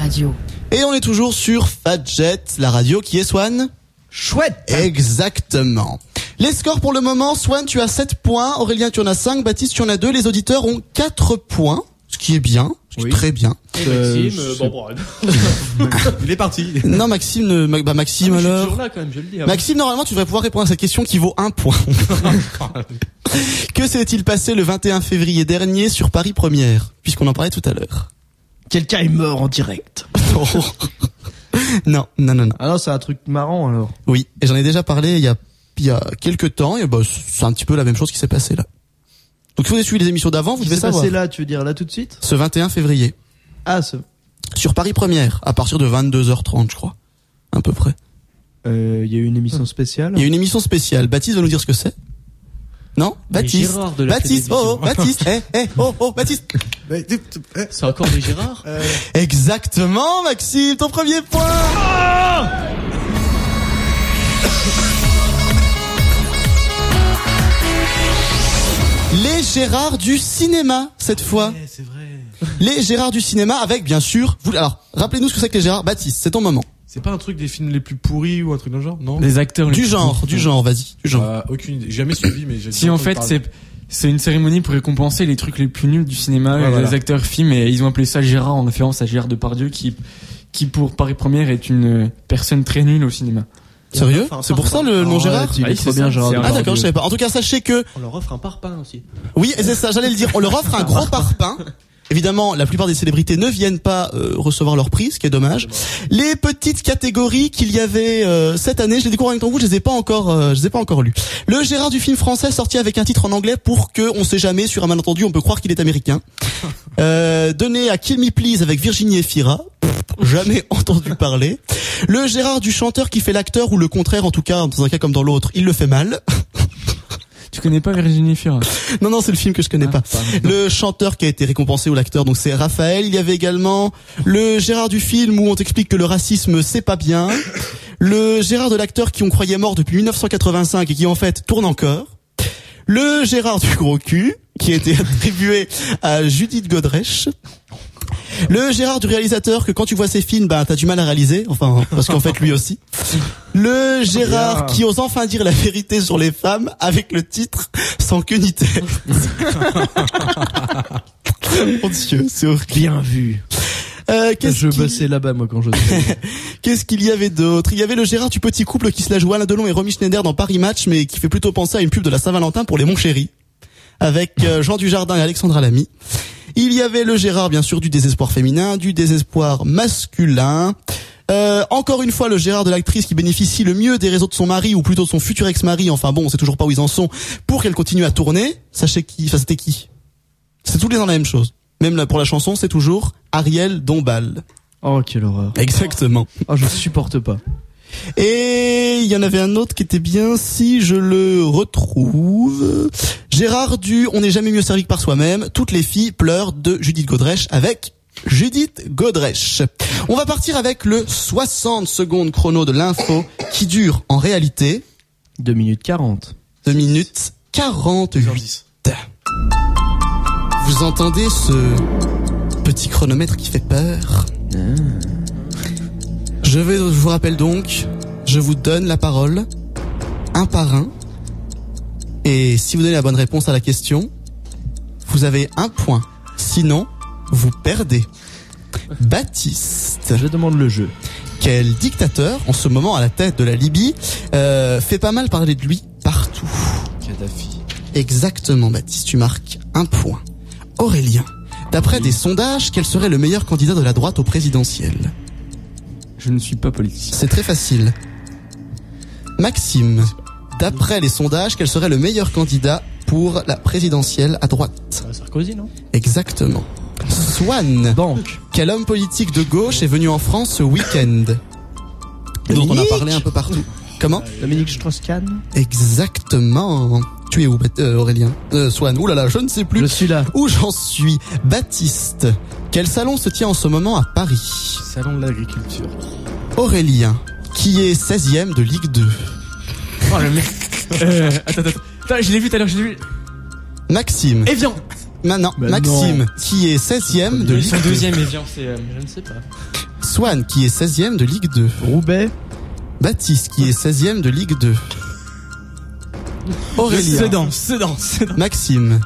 Speaker 11: radio.
Speaker 5: Et on est toujours sur Fadjet, la radio qui est Swan.
Speaker 2: Chouette
Speaker 5: Exactement. Les scores pour le moment, Swan tu as 7 points, Aurélien tu en as 5, Baptiste tu en as 2, les auditeurs ont 4 points, ce qui est bien, ce qui est très bien.
Speaker 12: Et Maxime, euh, bon, bon,
Speaker 5: Il est parti. Non Maxime, ne- Ma- bah, Maxime
Speaker 12: Ah, mais je suis
Speaker 5: alors.
Speaker 12: toujours là, quand même, je le dis, hein.
Speaker 5: Maxime normalement tu devrais pouvoir répondre à cette question qui vaut un point.
Speaker 12: hein.
Speaker 5: que s'est-il passé le 21 février dernier sur Paris Première, puisqu'on en parlait tout à l'heure
Speaker 2: Quelqu'un est mort en direct.
Speaker 5: non, non, non, non.
Speaker 2: Ah non, c'est un truc marrant alors.
Speaker 5: Oui, et j'en ai déjà parlé il y a, il y a quelques temps, et bah, c'est un petit peu la même chose qui s'est passée là. Donc si vous avez suivi les émissions d'avant, vous
Speaker 2: Qui
Speaker 5: devez
Speaker 2: s'est
Speaker 5: savoir.
Speaker 2: passé là, tu veux dire là tout de suite
Speaker 5: Ce 21 février.
Speaker 2: Ah, ce.
Speaker 5: Sur Paris Première, à partir de 22h30, je crois. À peu près.
Speaker 2: Euh, Il y a eu une émission spéciale.
Speaker 5: Il y a une émission spéciale. Baptiste va nous dire ce que c'est. Non
Speaker 2: Les
Speaker 5: Baptiste
Speaker 2: Gérards de la
Speaker 5: Baptiste Oh, oh Baptiste Eh, eh, oh, oh, Baptiste
Speaker 12: C'est encore des Gérard
Speaker 5: Exactement, Maxime, ton premier point Les Gérards du cinéma, cette fois. c'est vrai. Les Gérards du cinéma avec, bien sûr, vous, alors, rappelez-nous ce que c'est que les Gérards. Baptiste, c'est ton moment.
Speaker 8: C'est pas un truc des films les plus pourris ou un truc dans le genre, non
Speaker 5: Des acteurs les Du plus genre, pourris. du genre, vas-y, du genre.
Speaker 8: Euh, aucune idée. J'ai jamais suivi, mais j'ai
Speaker 9: Si en fait c'est c'est une cérémonie pour récompenser les trucs les plus nuls du cinéma,
Speaker 8: Ouais,
Speaker 9: les
Speaker 8: voilà.
Speaker 9: acteurs films et ils ont appelé ça Gérard en référence à Gérard Depardieu qui qui pour Paris Première est une euh, personne très nulle au cinéma.
Speaker 5: Sérieux C'est pour ça le nom Gérard
Speaker 9: Ah, c'est ça, c'est
Speaker 5: Ah
Speaker 9: Gérard
Speaker 5: d'accord, je savais pas. En tout cas, sachez que
Speaker 12: On leur offre un parpaing aussi.
Speaker 5: Oui, et c'est ça, j'allais le dire. On leur offre un gros parpaing. Évidemment, la plupart des célébrités ne viennent pas euh, recevoir leur prix, ce qui est dommage. Les petites catégories qu'il y avait euh, cette année, je les découvre avec ton goût, je les ai pas encore, euh, je les ai pas encore lues. Le Gérard du film français sorti avec un titre en anglais pour que, on sait jamais, sur un malentendu, on peut croire qu'il est américain. Euh, donné à Kill Me Please avec Virginie Efira. Pff, Jamais entendu parler. Le Gérard du chanteur qui fait l'acteur ou le contraire, en tout cas, dans un cas comme dans l'autre, il le fait mal.
Speaker 9: Tu connais pas Virginie Fira
Speaker 5: Non, non, c'est le film que je connais pas. Le chanteur qui a été récompensé ou l'acteur, donc c'est Raphaël. Il y avait également le Gérard du film où on t'explique que le racisme c'est pas bien. Le Gérard de l'acteur qui on croyait mort depuis 1985 et qui en fait tourne encore. Le Gérard du gros cul qui a été attribué à Judith Godrèche. Le Gérard du réalisateur que quand tu vois ses films, bah t'as du mal à réaliser, enfin parce qu'en fait lui aussi. Le Gérard qui ose enfin dire la vérité sur les femmes avec le titre sans queue ni tête. Mon Dieu, c'est horrible.
Speaker 2: Bien vu.
Speaker 5: Euh,
Speaker 2: je bossais là-bas moi quand je.
Speaker 5: Qu'est-ce qu'il y avait d'autre Il y avait le Gérard du petit couple qui se la joue Alain Delon et Romy Schneider dans Paris Match, mais qui fait plutôt penser à une pub de la Saint-Valentin pour les Montchéris, avec euh, Jean Dujardin et Alexandra Lamy. Il y avait le Gérard, bien sûr, du désespoir féminin, du désespoir masculin. Euh, encore une fois, le Gérard de l'actrice qui bénéficie le mieux des réseaux de son mari, ou plutôt de son futur ex-mari, enfin bon, on sait toujours pas où ils en sont, pour qu'elle continue à tourner. Sachez qui, enfin c'était qui C'est tous les ans la même chose. Même là, pour la chanson, c'est toujours Ariel Dombal.
Speaker 2: Oh quelle horreur.
Speaker 5: Exactement.
Speaker 2: Oh je supporte pas.
Speaker 5: Et il y en avait un autre qui était bien, si je le retrouve. Gérard du On n'est jamais mieux servi que par soi-même. Toutes les filles pleurent de Judith Godrèche avec Judith Godrèche. On va partir avec le 60 secondes chrono de l'info qui dure en réalité
Speaker 2: 2 minutes 40.
Speaker 5: 2 minutes 48. Vous entendez ce petit chronomètre qui fait peur Je vais je vous rappelle donc, je vous donne la parole un par un. Et si vous donnez la bonne réponse à la question, vous avez un point. Sinon, vous perdez. Baptiste.
Speaker 2: Je demande le jeu.
Speaker 5: Quel dictateur, en ce moment à la tête de la Libye, euh, fait pas mal parler de lui partout
Speaker 8: Kadhafi.
Speaker 5: Exactement, Baptiste, tu marques un point. Aurélien, d'après des sondages, quel serait le meilleur candidat de la droite au présidentiel
Speaker 9: Je ne suis pas politicien.
Speaker 5: C'est très facile. Maxime, d'après les sondages, quel serait le meilleur candidat pour la présidentielle à droite
Speaker 12: Sarkozy, non
Speaker 5: Exactement. Swan,
Speaker 2: Banque.
Speaker 5: quel homme politique de gauche est venu en France ce week-end Dont on a parlé un peu partout. Comment
Speaker 2: Dominique Strauss-Kahn.
Speaker 5: Exactement. Tu es où, Bat- euh, Aurélien euh, Swan Ouh là là, je ne sais plus. Je
Speaker 2: suis là.
Speaker 5: Où j'en suis Baptiste. Quel salon se tient en ce moment à Paris
Speaker 8: Salon de l'agriculture.
Speaker 5: Aurélien, qui est 16ème de Ligue 2.
Speaker 9: Oh le mec. Euh, attends, attends, attends. Je l'ai vu tout à l'heure, je l'ai vu.
Speaker 5: Maxime.
Speaker 9: Evian.
Speaker 5: Maintenant,
Speaker 9: Bah
Speaker 5: Maxime, qui est 16ème de
Speaker 9: Ils
Speaker 5: Ligue
Speaker 9: sont
Speaker 5: 2.
Speaker 9: deuxième Evian, c'est. euh, je ne sais pas.
Speaker 5: Swan qui est 16e de Ligue 2. Roubaix. Baptiste qui est 16e de Ligue 2. Aurélien.
Speaker 1: Sedan, Sedan, Sedan.
Speaker 5: Maxime.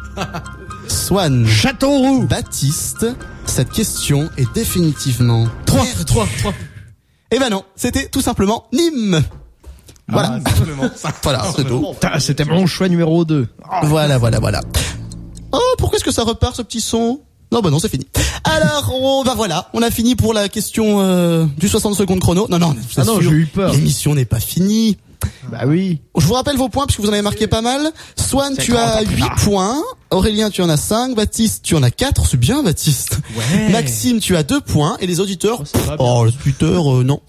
Speaker 5: Swan. Châteauroux. Baptiste. Cette question est définitivement
Speaker 1: 3, 3, 3.
Speaker 5: Eh ben non, c'était tout simplement Nîmes. Ah, Voilà. voilà, c'est tout.
Speaker 2: Putain, C'était mon choix numéro 2.
Speaker 5: Voilà, voilà, voilà. Oh, pourquoi est-ce que ça repart ce petit son Non, bah non, c'est fini. Alors, on, bah voilà, on a fini pour la question euh, du 60 secondes chrono. Non, non, je
Speaker 2: Ah non,
Speaker 5: t'assure,
Speaker 2: j'ai eu peur.
Speaker 5: L'émission n'est pas finie.
Speaker 2: Bah oui.
Speaker 5: Je vous rappelle vos points puisque vous en avez marqué pas mal. Swan, tu as 8 points. Aurélien, tu en as 5. Baptiste, tu en as 4. C'est bien, Baptiste. Maxime, tu as 2 points. Et les auditeurs, pff, oh, les auditeurs, euh, non.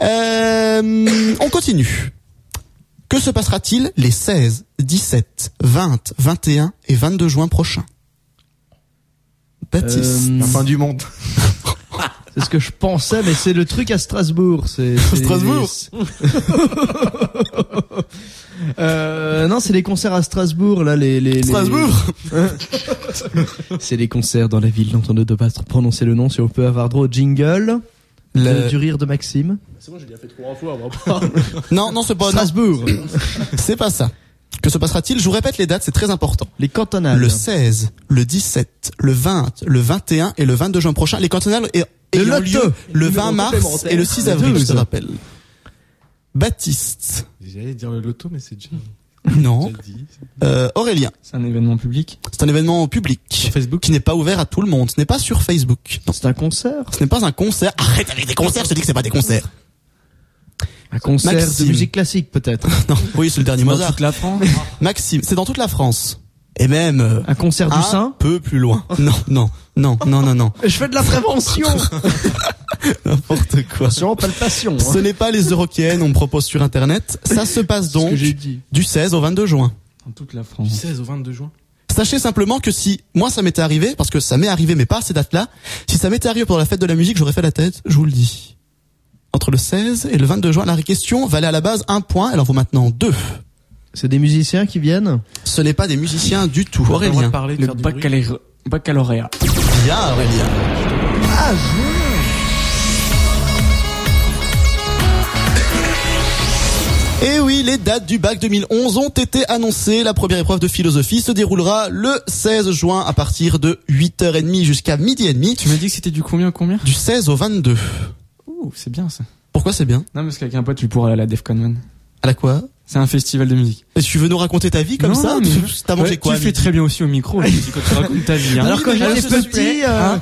Speaker 5: Euh, on continue. Que se passera-t-il les 16, 17, 20, 21 et 22 juin prochains Baptiste.
Speaker 2: Euh,
Speaker 8: La fin du monde.
Speaker 2: C'est ce que je pensais, mais c'est le truc à Strasbourg. C'est c'est-
Speaker 5: Strasbourg.
Speaker 2: Euh, non, c'est les concerts à Strasbourg, là, les... les, les-
Speaker 5: Strasbourg
Speaker 2: C'est les concerts dans la ville dont on ne doit pas prononcer le nom, si on peut avoir droit au jingle
Speaker 5: Le-
Speaker 2: de- du rire de Maxime.
Speaker 12: C'est bon, j'ai déjà fait trois fois, on va pas.
Speaker 5: Non, non, c'est pas, non,
Speaker 2: Strasbourg
Speaker 5: c'est pas ça. Que se passera-t-il Je vous répète les dates, c'est très important.
Speaker 2: Les cantonales.
Speaker 5: le 16, le 17, le 20, le 21 et le 22 juin prochain. Les cantonales et,
Speaker 2: Le
Speaker 5: ayant
Speaker 2: loto.
Speaker 5: lieu le
Speaker 2: Numéro
Speaker 5: 20 mars
Speaker 2: complémentaire.
Speaker 5: et le 6
Speaker 2: Le
Speaker 5: avril, je
Speaker 2: 12.
Speaker 5: te rappelle. Baptiste.
Speaker 8: J'allais dire le loto, mais c'est déjà
Speaker 5: Non.
Speaker 8: déjà dit.
Speaker 5: Euh, Aurélien.
Speaker 9: C'est un événement public.
Speaker 5: C'est un événement public
Speaker 8: Facebook.
Speaker 5: qui n'est pas ouvert à tout le monde. Ce n'est pas sur Facebook.
Speaker 2: C'est un concert
Speaker 5: Ce n'est pas un concert. Arrête avec des concerts, je te dis que c'est pas des concerts.
Speaker 2: Un concert
Speaker 5: Maxime.
Speaker 2: de musique classique, peut-être.
Speaker 5: Non, oui, c'est le dernier
Speaker 9: Dans
Speaker 5: Mozart.
Speaker 9: toute la France.
Speaker 5: Maxime, c'est dans toute la France. Et même euh,
Speaker 2: Un concert du
Speaker 5: un
Speaker 2: sein.
Speaker 5: peu plus loin. Non, non, non, non, non, non.
Speaker 2: Ah. Je fais de la prévention
Speaker 5: N'importe quoi.
Speaker 2: Sûrement pas de passion. hein.
Speaker 5: Ce n'est pas les Eurokéennes, on me propose sur internet. Ça se passe
Speaker 2: ce
Speaker 5: donc
Speaker 2: que j'ai dit.
Speaker 5: du 16 au 22 juin.
Speaker 9: Dans toute la
Speaker 8: Du
Speaker 9: France.
Speaker 8: 16 au 22 juin.
Speaker 5: Sachez simplement que si moi ça m'était arrivé, parce que ça m'est arrivé mais pas à ces dates-là, si ça m'était arrivé pendant la fête de la musique, j'aurais fait la tête, je vous le dis. Entre le 16 et le 22 juin, la question valait à la base un point, elle en vaut maintenant deux.
Speaker 2: C'est des musiciens qui viennent
Speaker 5: Ce n'est pas des musiciens du tout.
Speaker 8: On a le droit de
Speaker 5: Aurélien.
Speaker 8: parler, de
Speaker 9: Le
Speaker 8: faire du bruit.
Speaker 9: baccalauréat. baccalauréat.
Speaker 5: Bien Aurélien.
Speaker 9: Ah,
Speaker 5: Et Eh oui, les dates du bac 2011 ont été annoncées. La première épreuve de philosophie se déroulera le 16 juin à partir de 8h30 jusqu'à midi et demi,
Speaker 9: Tu m'as dit que c'était du combien au combien
Speaker 5: du 16 au 22.
Speaker 9: Ouh, c'est bien ça.
Speaker 5: Pourquoi c'est bien
Speaker 9: Non, parce qu'avec un pote, tu pourras aller à la Defcon Man.
Speaker 5: À la quoi
Speaker 9: C'est un festival de musique.
Speaker 5: Et Tu veux nous raconter ta vie comme
Speaker 9: Non,
Speaker 5: ça
Speaker 9: mais-
Speaker 5: T'as mangé
Speaker 9: Ouais,
Speaker 5: quoi
Speaker 9: Tu
Speaker 5: à
Speaker 9: fais
Speaker 5: midi
Speaker 9: très bien aussi au micro, là, quand tu racontes ta vie. hein.
Speaker 2: Alors quand
Speaker 5: mais
Speaker 2: j'étais
Speaker 5: alors, s'il te
Speaker 2: petit,
Speaker 5: plaît,
Speaker 2: euh,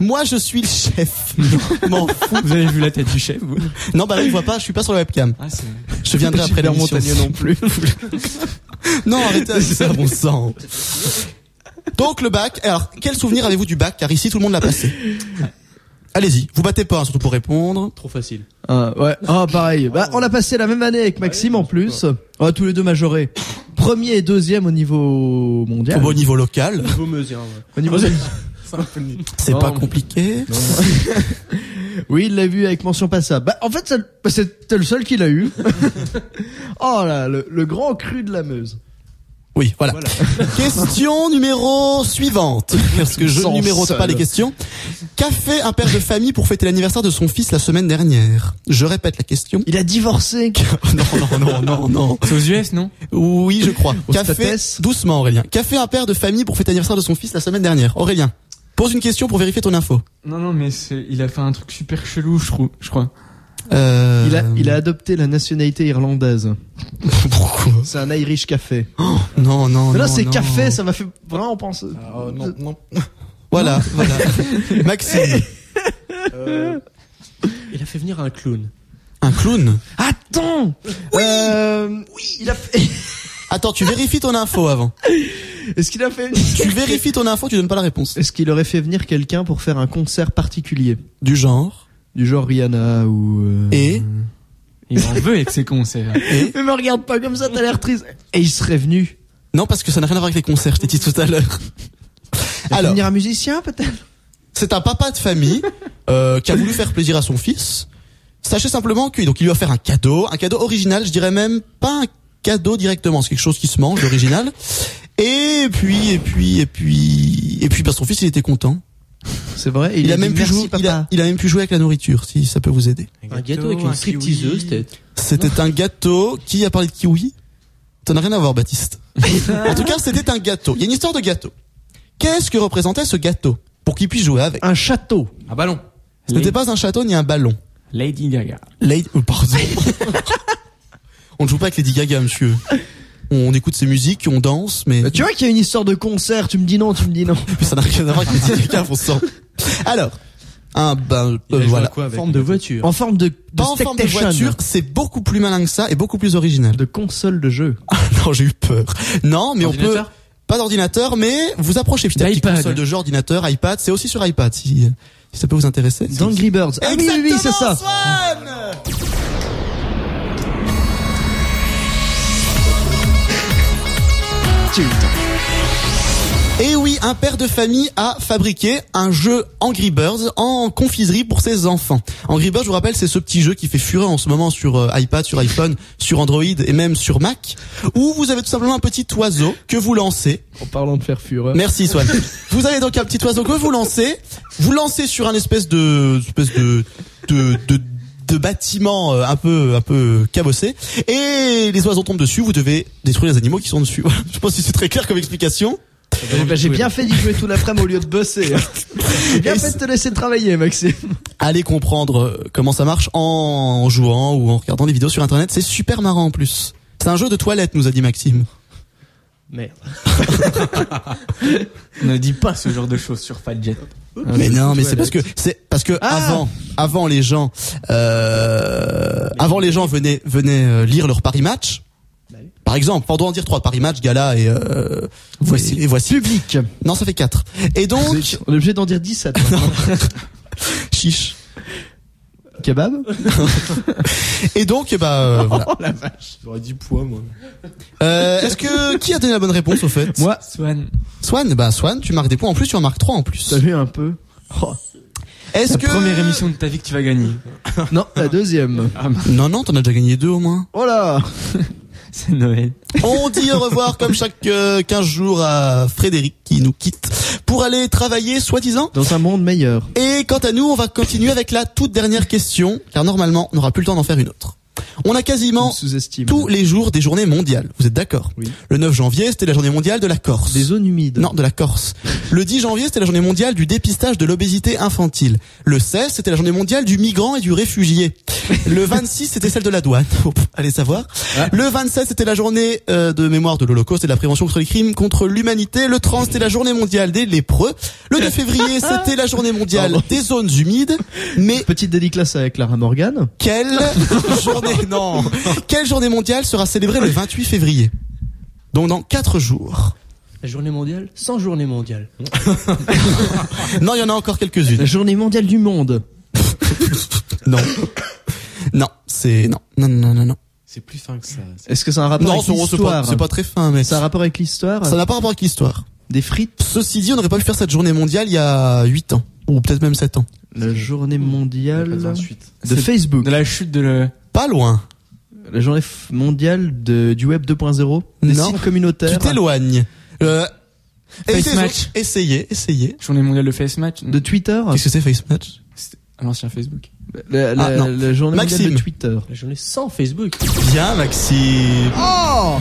Speaker 5: Moi, je suis le chef. M'en fous.
Speaker 9: Vous avez vu la tête du chef, vous
Speaker 5: Non, bah là, il voit pas, je suis pas sur la webcam.
Speaker 9: Ah, c'est...
Speaker 5: Je viendrai après
Speaker 2: Gilbert
Speaker 5: l'émission.
Speaker 2: Montagnier non plus.
Speaker 5: Non, arrêtez avec ça, bon sang. Donc le bac, alors quel souvenir avez-vous du bac Car ici tout le monde l'a passé. Allez-y, vous battez pas, hein, surtout pour répondre.
Speaker 12: Trop facile.
Speaker 2: Ah, ouais. Ah, pareil. Bah, on l'a passé la même année avec Maxime en plus. On a tous les deux majorés. Premier et deuxième au niveau
Speaker 5: Au
Speaker 2: mondial.
Speaker 5: bon niveau local,
Speaker 12: Niveau meusien, ouais.
Speaker 2: Au niveau-
Speaker 5: c'est
Speaker 2: Non,
Speaker 5: pas
Speaker 2: mais-
Speaker 5: compliqué.
Speaker 2: Oui, il l'a vu avec mention passable. Bah, en fait, ça- bah, c'était le seul qui l'a eu. oh là, le, le grand cru de la Meuse.
Speaker 5: Oui, voilà. Question numéro suivante, parce que je
Speaker 2: Sans
Speaker 5: numérote pas
Speaker 2: seul.
Speaker 5: les questions. Qu'a fait un père de famille pour fêter l'anniversaire de son fils la semaine dernière Je répète la question.
Speaker 2: Il a divorcé.
Speaker 5: Non, non, non, non.
Speaker 9: c'est aux US, non
Speaker 5: Oui, je crois.
Speaker 2: Au
Speaker 5: Qu'a fait
Speaker 2: statès.
Speaker 5: doucement Aurélien. Qu'a fait un père de famille pour fêter l'anniversaire de son fils la semaine dernière Aurélien, pose une question pour vérifier ton info.
Speaker 9: Non, non, mais c'est... il a fait un truc super chelou, je, trouve, je crois.
Speaker 5: Euh...
Speaker 2: Il a, il a adopté la nationalité irlandaise. C'est un Irish café.
Speaker 5: Non, non,
Speaker 2: Mais
Speaker 5: non.
Speaker 2: là, c'est
Speaker 5: non.
Speaker 2: café, ça m'a fait vraiment penser.
Speaker 8: Ah, euh, non, non.
Speaker 5: Voilà, voilà. Maxime,
Speaker 12: Euh, Il a fait venir un clown.
Speaker 5: un clown.
Speaker 2: Attends Oui Oui, il a fait...
Speaker 5: Attends, tu vérifies ton info avant.
Speaker 2: Est-ce qu'il a fait...
Speaker 5: Tu vérifies ton info, tu donnes pas la réponse.
Speaker 2: Est-ce qu'il aurait fait venir quelqu'un pour faire un concert particulier
Speaker 5: Du genre.
Speaker 2: Du genre Rihanna ou... euh,
Speaker 5: Et
Speaker 9: Il en veut avec ses concerts.
Speaker 2: Mais me regarde pas comme ça, t'as l'air triste Et il serait venu
Speaker 5: non, parce que ça n'a rien à voir avec les concerts. Je t'ai dit tout à l'heure.
Speaker 2: Il a fait
Speaker 5: Alors,
Speaker 2: venir un musicien peut-être
Speaker 5: c'est un papa de famille euh, qui a voulu faire plaisir à son fils. Sachez simplement qu'il donc il lui a offert un cadeau, un cadeau original, je dirais même pas un cadeau directement, c'est quelque chose qui se mange, ben, l'original. Et puis et puis et puis et puis bah, son fils il était content.
Speaker 2: c'est vrai. Et
Speaker 5: Il, a,
Speaker 2: dit
Speaker 5: même pu
Speaker 2: merci,
Speaker 5: jouer, il,
Speaker 2: papa.
Speaker 5: a, il a même pu jouer avec la nourriture, si ça peut vous aider.
Speaker 12: Un gâteau avec une stripteaseuse, peut-être.
Speaker 5: C'était un gâteau. Qui a parlé de kiwi T'en as rien à voir, Baptiste. en tout cas, c'était un gâteau. Il y a une histoire de gâteau. Qu'est-ce que représentait ce gâteau pour qu'il puisse jouer avec
Speaker 2: Un château.
Speaker 12: Un ballon.
Speaker 5: Ce n'était pas un château ni un ballon.
Speaker 9: Lady Gaga.
Speaker 5: Lady... oh, pardon. on ne joue pas avec Lady Gaga, monsieur. On écoute ses musiques, on danse, mais...
Speaker 8: Euh,
Speaker 2: Bah, tu vois qu'il y a une histoire de concert, tu me dis non, tu me dis non.
Speaker 5: Mais ça n'a rien à voir avec Lady Gaga, on sent. Alors, un ben,
Speaker 8: Il a joué à
Speaker 5: voilà.
Speaker 8: quoi avec
Speaker 12: Forme de voiture.
Speaker 2: En forme de, de
Speaker 5: Pas en forme de
Speaker 2: Staycation.
Speaker 5: voiture, c'est beaucoup plus malin que ça et beaucoup plus original.
Speaker 2: De console de jeu.
Speaker 5: non, j'ai eu peur. Non, mais on peut
Speaker 12: Ordinateur
Speaker 5: pas d'ordinateur, mais vous approchez petit à petit
Speaker 9: L'iPad.
Speaker 5: console de jeu, ordinateur, iPad. C'est aussi sur iPad si, si ça peut vous intéresser.
Speaker 2: Angry Birds. Ah oui, oui, oui, c'est ça.
Speaker 5: Swan Et Eh oui, un père de famille a fabriqué un jeu Angry Birds en confiserie pour ses enfants. Angry Birds, je vous rappelle, c'est ce petit jeu qui fait fureur en ce moment sur euh, iPad, sur iPhone, sur Android et même sur Mac, où vous avez tout simplement un petit oiseau que vous lancez.
Speaker 2: En parlant de faire fureur.
Speaker 5: Merci Swan. vous avez donc un petit oiseau que vous lancez, vous lancez sur un espèce de espèce de de, de de bâtiment euh, un peu un peu cabossé et les oiseaux tombent dessus, vous devez détruire les animaux qui sont dessus. Voilà. Je pense que c'est très clair comme explication.
Speaker 2: Eh ben, j'ai bien fait d'y jouer tout l'après-midi au lieu de bosser. hein. J'ai bien
Speaker 5: Et
Speaker 2: fait de te laisser travailler, Maxime.
Speaker 5: allez comprendre euh, comment ça marche en jouant ou en regardant des vidéos sur internet. C'est super marrant en plus. C'est un jeu de toilette, nous a dit Maxime.
Speaker 12: Merde.
Speaker 9: Ne dis pas ce genre de choses sur Fatjet.
Speaker 5: Ah, mais non, mais c'est parce que c'est parce que avant, avant les gens, euh, avant les gens venaient venaient euh, lire leur paris match. Par exemple, pendant en dire trois paris match, gala et euh, voici et, voici.
Speaker 2: Public.
Speaker 5: Non, ça fait quatre. Et
Speaker 2: On
Speaker 5: donc,
Speaker 2: est obligé d'en dire 17.
Speaker 5: chiche.
Speaker 2: Kebab
Speaker 5: Et donc, eh bah euh, voilà.
Speaker 12: J'aurais dit poids, moi.
Speaker 5: Euh, Est-ce que qui a donné la bonne réponse au fait
Speaker 2: Moi,
Speaker 9: Swan.
Speaker 5: Swan, bah Swan, tu marques des points en plus, tu en marques trois en plus.
Speaker 2: t'as vu un peu
Speaker 5: Est-ce
Speaker 9: La
Speaker 5: que
Speaker 9: première émission de ta vie que tu vas gagner.
Speaker 2: Non, la deuxième.
Speaker 5: Non, non, t'en as déjà gagné deux au moins.
Speaker 2: Oh là
Speaker 9: C'est Noël.
Speaker 5: On dit au revoir comme chaque euh, 15 jours à Frédéric qui nous quitte pour aller travailler soi-disant.
Speaker 2: Dans un monde meilleur.
Speaker 5: Et quant à nous, on va continuer avec la toute dernière question, car normalement, on n'aura plus le temps d'en faire une autre. On a
Speaker 2: On
Speaker 5: quasiment
Speaker 2: sous-estime.
Speaker 5: tous les jours des journées mondiales. Vous êtes d'accord
Speaker 2: Oui.
Speaker 5: Le 9 janvier, c'était la journée mondiale de la Corse.
Speaker 2: Des zones humides.
Speaker 5: Non, de la Corse. Le 10 janvier, c'était la journée mondiale du dépistage de l'obésité infantile. Le 16, c'était la journée mondiale du migrant et du réfugié. Le 26, c'était celle de la douane. Oh, pff, Allez savoir. Le 27, c'était la journée euh, de mémoire de l'Holocauste et de la prévention contre les crimes contre l'humanité. Le 30, c'était la journée mondiale des lépreux. Le 2 février, c'était la journée mondiale des zones humides. Mais
Speaker 2: Petite dédicace avec Clara Morgan.
Speaker 5: quelle journée non Quelle journée mondiale sera célébrée le 28 février Donc dans quatre jours.
Speaker 12: La journée mondiale Sans journée mondiale.
Speaker 5: Non, il y en a encore quelques-unes.
Speaker 2: La journée mondiale du monde.
Speaker 5: Non. Non, c'est non. Non non non non.
Speaker 8: C'est plus fin que ça.
Speaker 2: Est-ce que c'est un rapport
Speaker 5: Non,
Speaker 2: avec
Speaker 5: c'est c'est pas,
Speaker 2: l'histoire
Speaker 5: c'est pas très fin mais
Speaker 2: C'est un
Speaker 5: ça
Speaker 2: rapport avec l'histoire
Speaker 5: ça n'a pas rapport avec l'histoire.
Speaker 2: Des frites
Speaker 5: Ceci dit, on n'aurait pas pu faire cette journée mondiale il y a 8 ans ou peut-être même 7 ans.
Speaker 2: La journée mondiale
Speaker 8: suite.
Speaker 2: de Facebook.
Speaker 9: De la chute de le...
Speaker 5: Pas loin.
Speaker 2: La journée f- mondiale de, du web 2.0. Des
Speaker 5: Non.
Speaker 2: sites communautaires.
Speaker 5: Tu t'éloignes. Euh,
Speaker 9: Face
Speaker 5: essayez-
Speaker 9: match.
Speaker 5: Essayez, essayez.
Speaker 9: journée mondiale de face match.
Speaker 2: De Twitter.
Speaker 5: Qu'est-ce que c'est face match
Speaker 9: C'était à l'ancien Facebook.
Speaker 2: La, la-
Speaker 5: Ah, non.
Speaker 2: la journée mondiale
Speaker 5: Maxime.
Speaker 2: de Twitter.
Speaker 12: La journée sans Facebook.
Speaker 5: Bien Maxime.
Speaker 2: Oh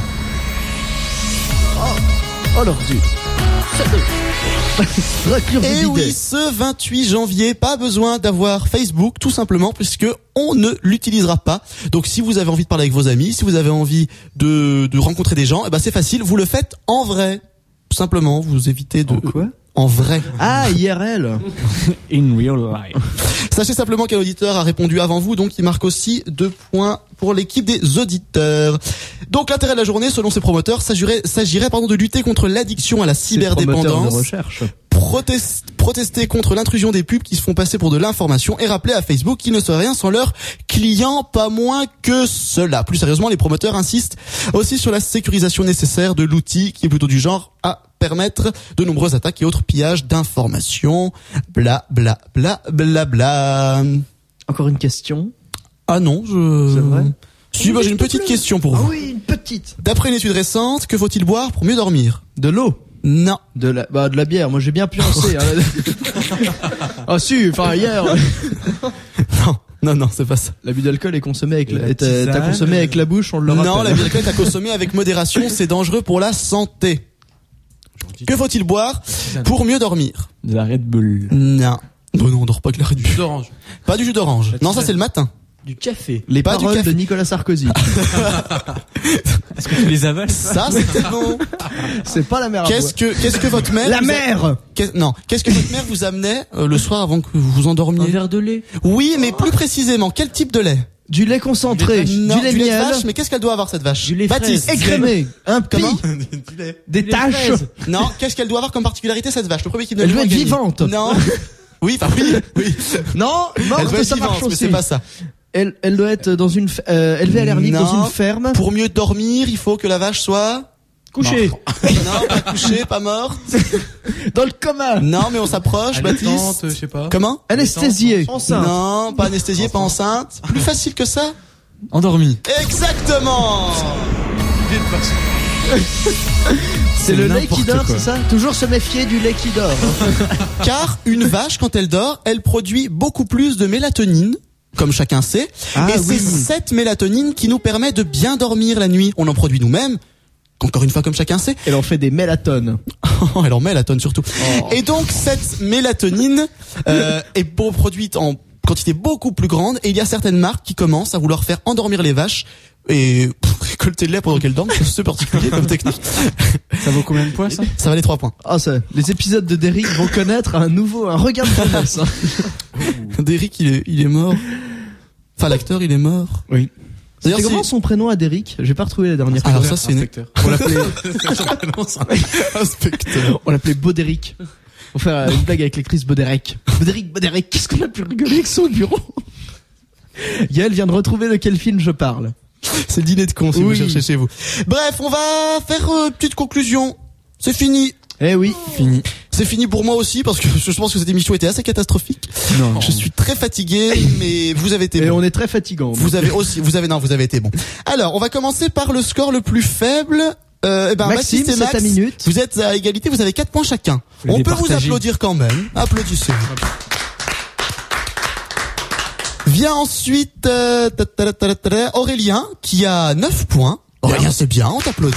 Speaker 2: Oh, leur dieu Raclure
Speaker 5: Et Eh oui, ce 28 janvier, pas besoin d'avoir Facebook, tout simplement, puisque on ne l'utilisera pas. Donc, si vous avez envie de parler avec vos amis, si vous avez envie de, de rencontrer des gens, eh ben c'est facile, vous le faites en vrai, tout simplement. Vous évitez de en vrai.
Speaker 2: Ah, IRL
Speaker 9: In real life.
Speaker 5: Sachez simplement qu'un auditeur a répondu avant vous, donc il marque aussi deux points pour l'équipe des auditeurs. Donc l'intérêt de la journée, selon ses promoteurs, s'agirait s'agirait, pardon de lutter contre l'addiction à la
Speaker 2: C'est le promoteur de
Speaker 5: cyberdépendance.
Speaker 2: recherche.
Speaker 5: Protest- protester contre l'intrusion des pubs qui se font passer pour de l'information et rappeler à Facebook qu'ils ne seraient rien sans leurs clients, pas moins que cela. Plus sérieusement, les promoteurs insistent aussi sur la sécurisation nécessaire de l'outil qui est plutôt du genre à permettre de nombreuses attaques et autres pillages d'informations. Bla bla bla bla bla.
Speaker 2: Encore une question
Speaker 5: Ah non, je...
Speaker 2: C'est vrai
Speaker 5: Si, bah, j'ai une petite question pour
Speaker 2: Ah
Speaker 5: vous.
Speaker 2: oui, une petite
Speaker 5: D'après une étude récente, que faut-il boire pour mieux dormir
Speaker 2: De l'eau
Speaker 5: Non.
Speaker 2: De la, bah, de la bière. Moi, j'ai bien pioncé. hein. ah, si, enfin, hier.
Speaker 5: non. Non, non, c'est pas ça.
Speaker 2: L'abus d'alcool est consommé avec, la,
Speaker 5: La
Speaker 2: et t'as, t'as
Speaker 5: tisane.
Speaker 2: consommé avec la bouche, on le rappelle.
Speaker 5: Non, la bière d'alcool est à consommer avec modération, c'est dangereux pour la santé. Que faut-il boire pour mieux dormir
Speaker 9: De la Red Bull.
Speaker 5: Non. Bon, non, on dort pas avec la Red Bull.
Speaker 8: d'orange.
Speaker 5: Pas du jus d'orange. Non, ça c'est le matin.
Speaker 12: Du café.
Speaker 2: Les
Speaker 5: Pas du
Speaker 2: paroles
Speaker 5: café.
Speaker 2: de Nicolas Sarkozy.
Speaker 9: Est-ce que tu les avales
Speaker 5: Ça c'était bon.
Speaker 2: C'est pas la mère à
Speaker 5: Qu'est-ce
Speaker 2: boire.
Speaker 5: que qu'est-ce que votre mère
Speaker 2: La
Speaker 5: vous a-
Speaker 2: mère
Speaker 5: Qu'est- Non, qu'est-ce que votre mère vous amenait euh, le soir avant que vous vous
Speaker 12: Un
Speaker 5: endormiez
Speaker 12: verre de lait.
Speaker 5: Oui, mais plus précisément, quel type de lait
Speaker 2: Du lait concentré, du
Speaker 5: Non,
Speaker 2: lait miel,
Speaker 5: vache, mais qu'est-ce qu'elle doit avoir cette vache
Speaker 12: Du lait
Speaker 5: Baptiste.
Speaker 2: écrémé, un pis,
Speaker 5: Comment
Speaker 2: des taches.
Speaker 12: fraises.
Speaker 5: Non, qu'est-ce qu'elle doit avoir comme particularité cette vache Le premier qui me
Speaker 2: Elle doit
Speaker 5: donne le
Speaker 2: être
Speaker 5: point
Speaker 2: vivante.
Speaker 5: gagne. Non. Oui, enfin oui, oui.
Speaker 2: Non,
Speaker 5: elle doit
Speaker 2: morte,
Speaker 5: être
Speaker 2: ça
Speaker 5: vivante,
Speaker 2: marche
Speaker 5: mais c'est
Speaker 2: aussi.
Speaker 5: pas ça.
Speaker 2: Elle, elle doit être dans une, f- euh, élevée à l'air libre dans
Speaker 5: Non.
Speaker 2: une ferme.
Speaker 5: Pour mieux dormir, il faut que la vache soit
Speaker 12: Couché.
Speaker 5: non, pas couchée, pas morte.
Speaker 2: Dans le coma.
Speaker 5: Non, mais on s'approche,
Speaker 8: Allaitante, je
Speaker 5: Baptiste.
Speaker 8: sais pas.
Speaker 5: Comment
Speaker 2: Anesthésiée.
Speaker 5: Non, pas anesthésiée, pas enceinte. Plus facile que ça
Speaker 9: Endormi.
Speaker 5: Exactement
Speaker 2: C'est le lait qui
Speaker 9: n'importe
Speaker 2: dort,
Speaker 9: quoi.
Speaker 2: c'est ça Toujours se méfier du lait qui dort.
Speaker 5: Car une vache, quand elle dort, elle produit beaucoup plus de mélatonine, comme chacun sait.
Speaker 2: Ah,
Speaker 5: et
Speaker 2: oui.
Speaker 5: c'est cette mélatonine qui nous permet de bien dormir la nuit. On en produit nous-mêmes. Encore une fois, comme chacun sait,
Speaker 2: Elle en fait des mélatones.
Speaker 5: Oh, elle en mélatone surtout.
Speaker 2: Oh.
Speaker 5: Et donc cette mélatonine euh, est beau- produite en quantité beaucoup plus grande et il y a certaines marques qui commencent à vouloir faire endormir les vaches et pff, récolter le lait pendant qu'elles dorment, c'est particulier comme technique.
Speaker 9: Ça vaut combien de points ça
Speaker 5: Ça va les trois points.
Speaker 2: Ah, ça, les épisodes de Derrick vont connaître un nouveau, un regard de jeunesse, hein.
Speaker 5: Derrick il est, il est mort. Enfin l'acteur il est mort.
Speaker 2: Oui.
Speaker 5: D'ailleurs
Speaker 2: C'est
Speaker 5: si-
Speaker 2: comment son prénom à Derrick J'ai pas retrouvé la dernière fois.
Speaker 5: alors ça c'est une...
Speaker 8: Inspecteur.
Speaker 5: on l'appelait
Speaker 8: hein.
Speaker 5: inspecteur.
Speaker 2: On l'appelait Baudéric. On va faire euh, une blague avec l'actrice Baudéric. Baudéric, Baudéric, qu'est-ce qu'on a pu rigoler avec son bureau Yael vient de retrouver de quel film je parle.
Speaker 5: C'est le dîner de con si vous
Speaker 2: Oui.
Speaker 5: cherchez chez vous. Bref, on va faire euh, une petite conclusion. C'est fini.
Speaker 2: Eh oui, fini.
Speaker 5: C'est fini pour moi aussi parce que je pense que cette émission était assez catastrophique.
Speaker 9: Non.
Speaker 5: Je suis très fatigué, mais vous avez été
Speaker 2: Et
Speaker 5: bon.
Speaker 2: on est très fatigant.
Speaker 5: Vous avez aussi, vous avez non, vous avez été bon. Alors, on va commencer par le score le plus faible. Euh, eh ben,
Speaker 2: Maxime,
Speaker 5: Baptiste et
Speaker 2: c'est
Speaker 5: Max,
Speaker 2: ta minute.
Speaker 5: Vous êtes à égalité, vous avez 4 points chacun.
Speaker 9: les
Speaker 5: On peut vous
Speaker 9: départager.
Speaker 5: applaudir quand même. Applaudissez. Vient ensuite euh, ta- ta- ta- ta- ta- ta- Aurélien qui a 9 points. Aurélien, c'est bien, on t'applaudit.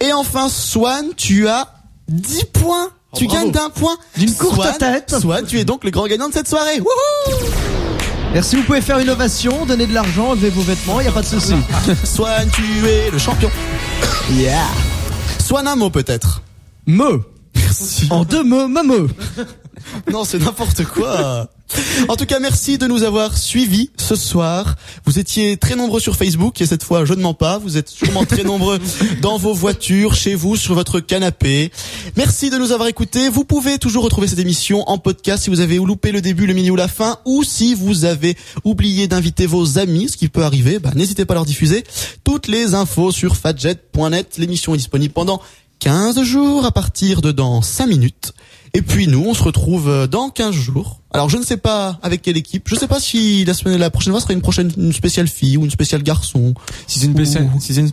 Speaker 5: Et enfin Swan, tu as 10 points. Tu gagnes d'un point.
Speaker 2: Oh, D'une courte
Speaker 5: Swan-
Speaker 2: tête.
Speaker 5: Swan, tu es donc le grand gagnant de cette soirée. Wouhou
Speaker 2: Merci, vous pouvez faire une ovation, donner de l'argent, enlever vos vêtements, y a pas de souci.
Speaker 5: Swan, tu es le champion.
Speaker 2: Yeah.
Speaker 5: Swan, un mot peut-être.
Speaker 2: Me. En deux mots, ma me.
Speaker 5: Non, c'est n'importe quoi. En tout cas, merci de nous avoir suivis ce soir. Vous étiez très nombreux sur Facebook et cette fois, je ne mens pas. Vous êtes sûrement très nombreux dans vos voitures, chez vous, sur votre canapé. Merci de nous avoir écoutés. Vous pouvez toujours retrouver cette émission en podcast si vous avez loupé le début, le milieu ou la fin ou si vous avez oublié d'inviter vos amis, ce qui peut arriver, bah, n'hésitez pas à leur diffuser. Toutes les infos sur fatjet.net. L'émission est disponible pendant 15 jours à partir de dans 5 minutes. Et puis nous, on se retrouve euh, dans 15 jours. Alors je ne sais pas avec quelle équipe. Je ne sais pas si la semaine, la prochaine fois sera une prochaine, une spéciale fille ou une spéciale garçon.
Speaker 9: Si c'est une spéciale,
Speaker 5: Ouh.
Speaker 9: si c'est une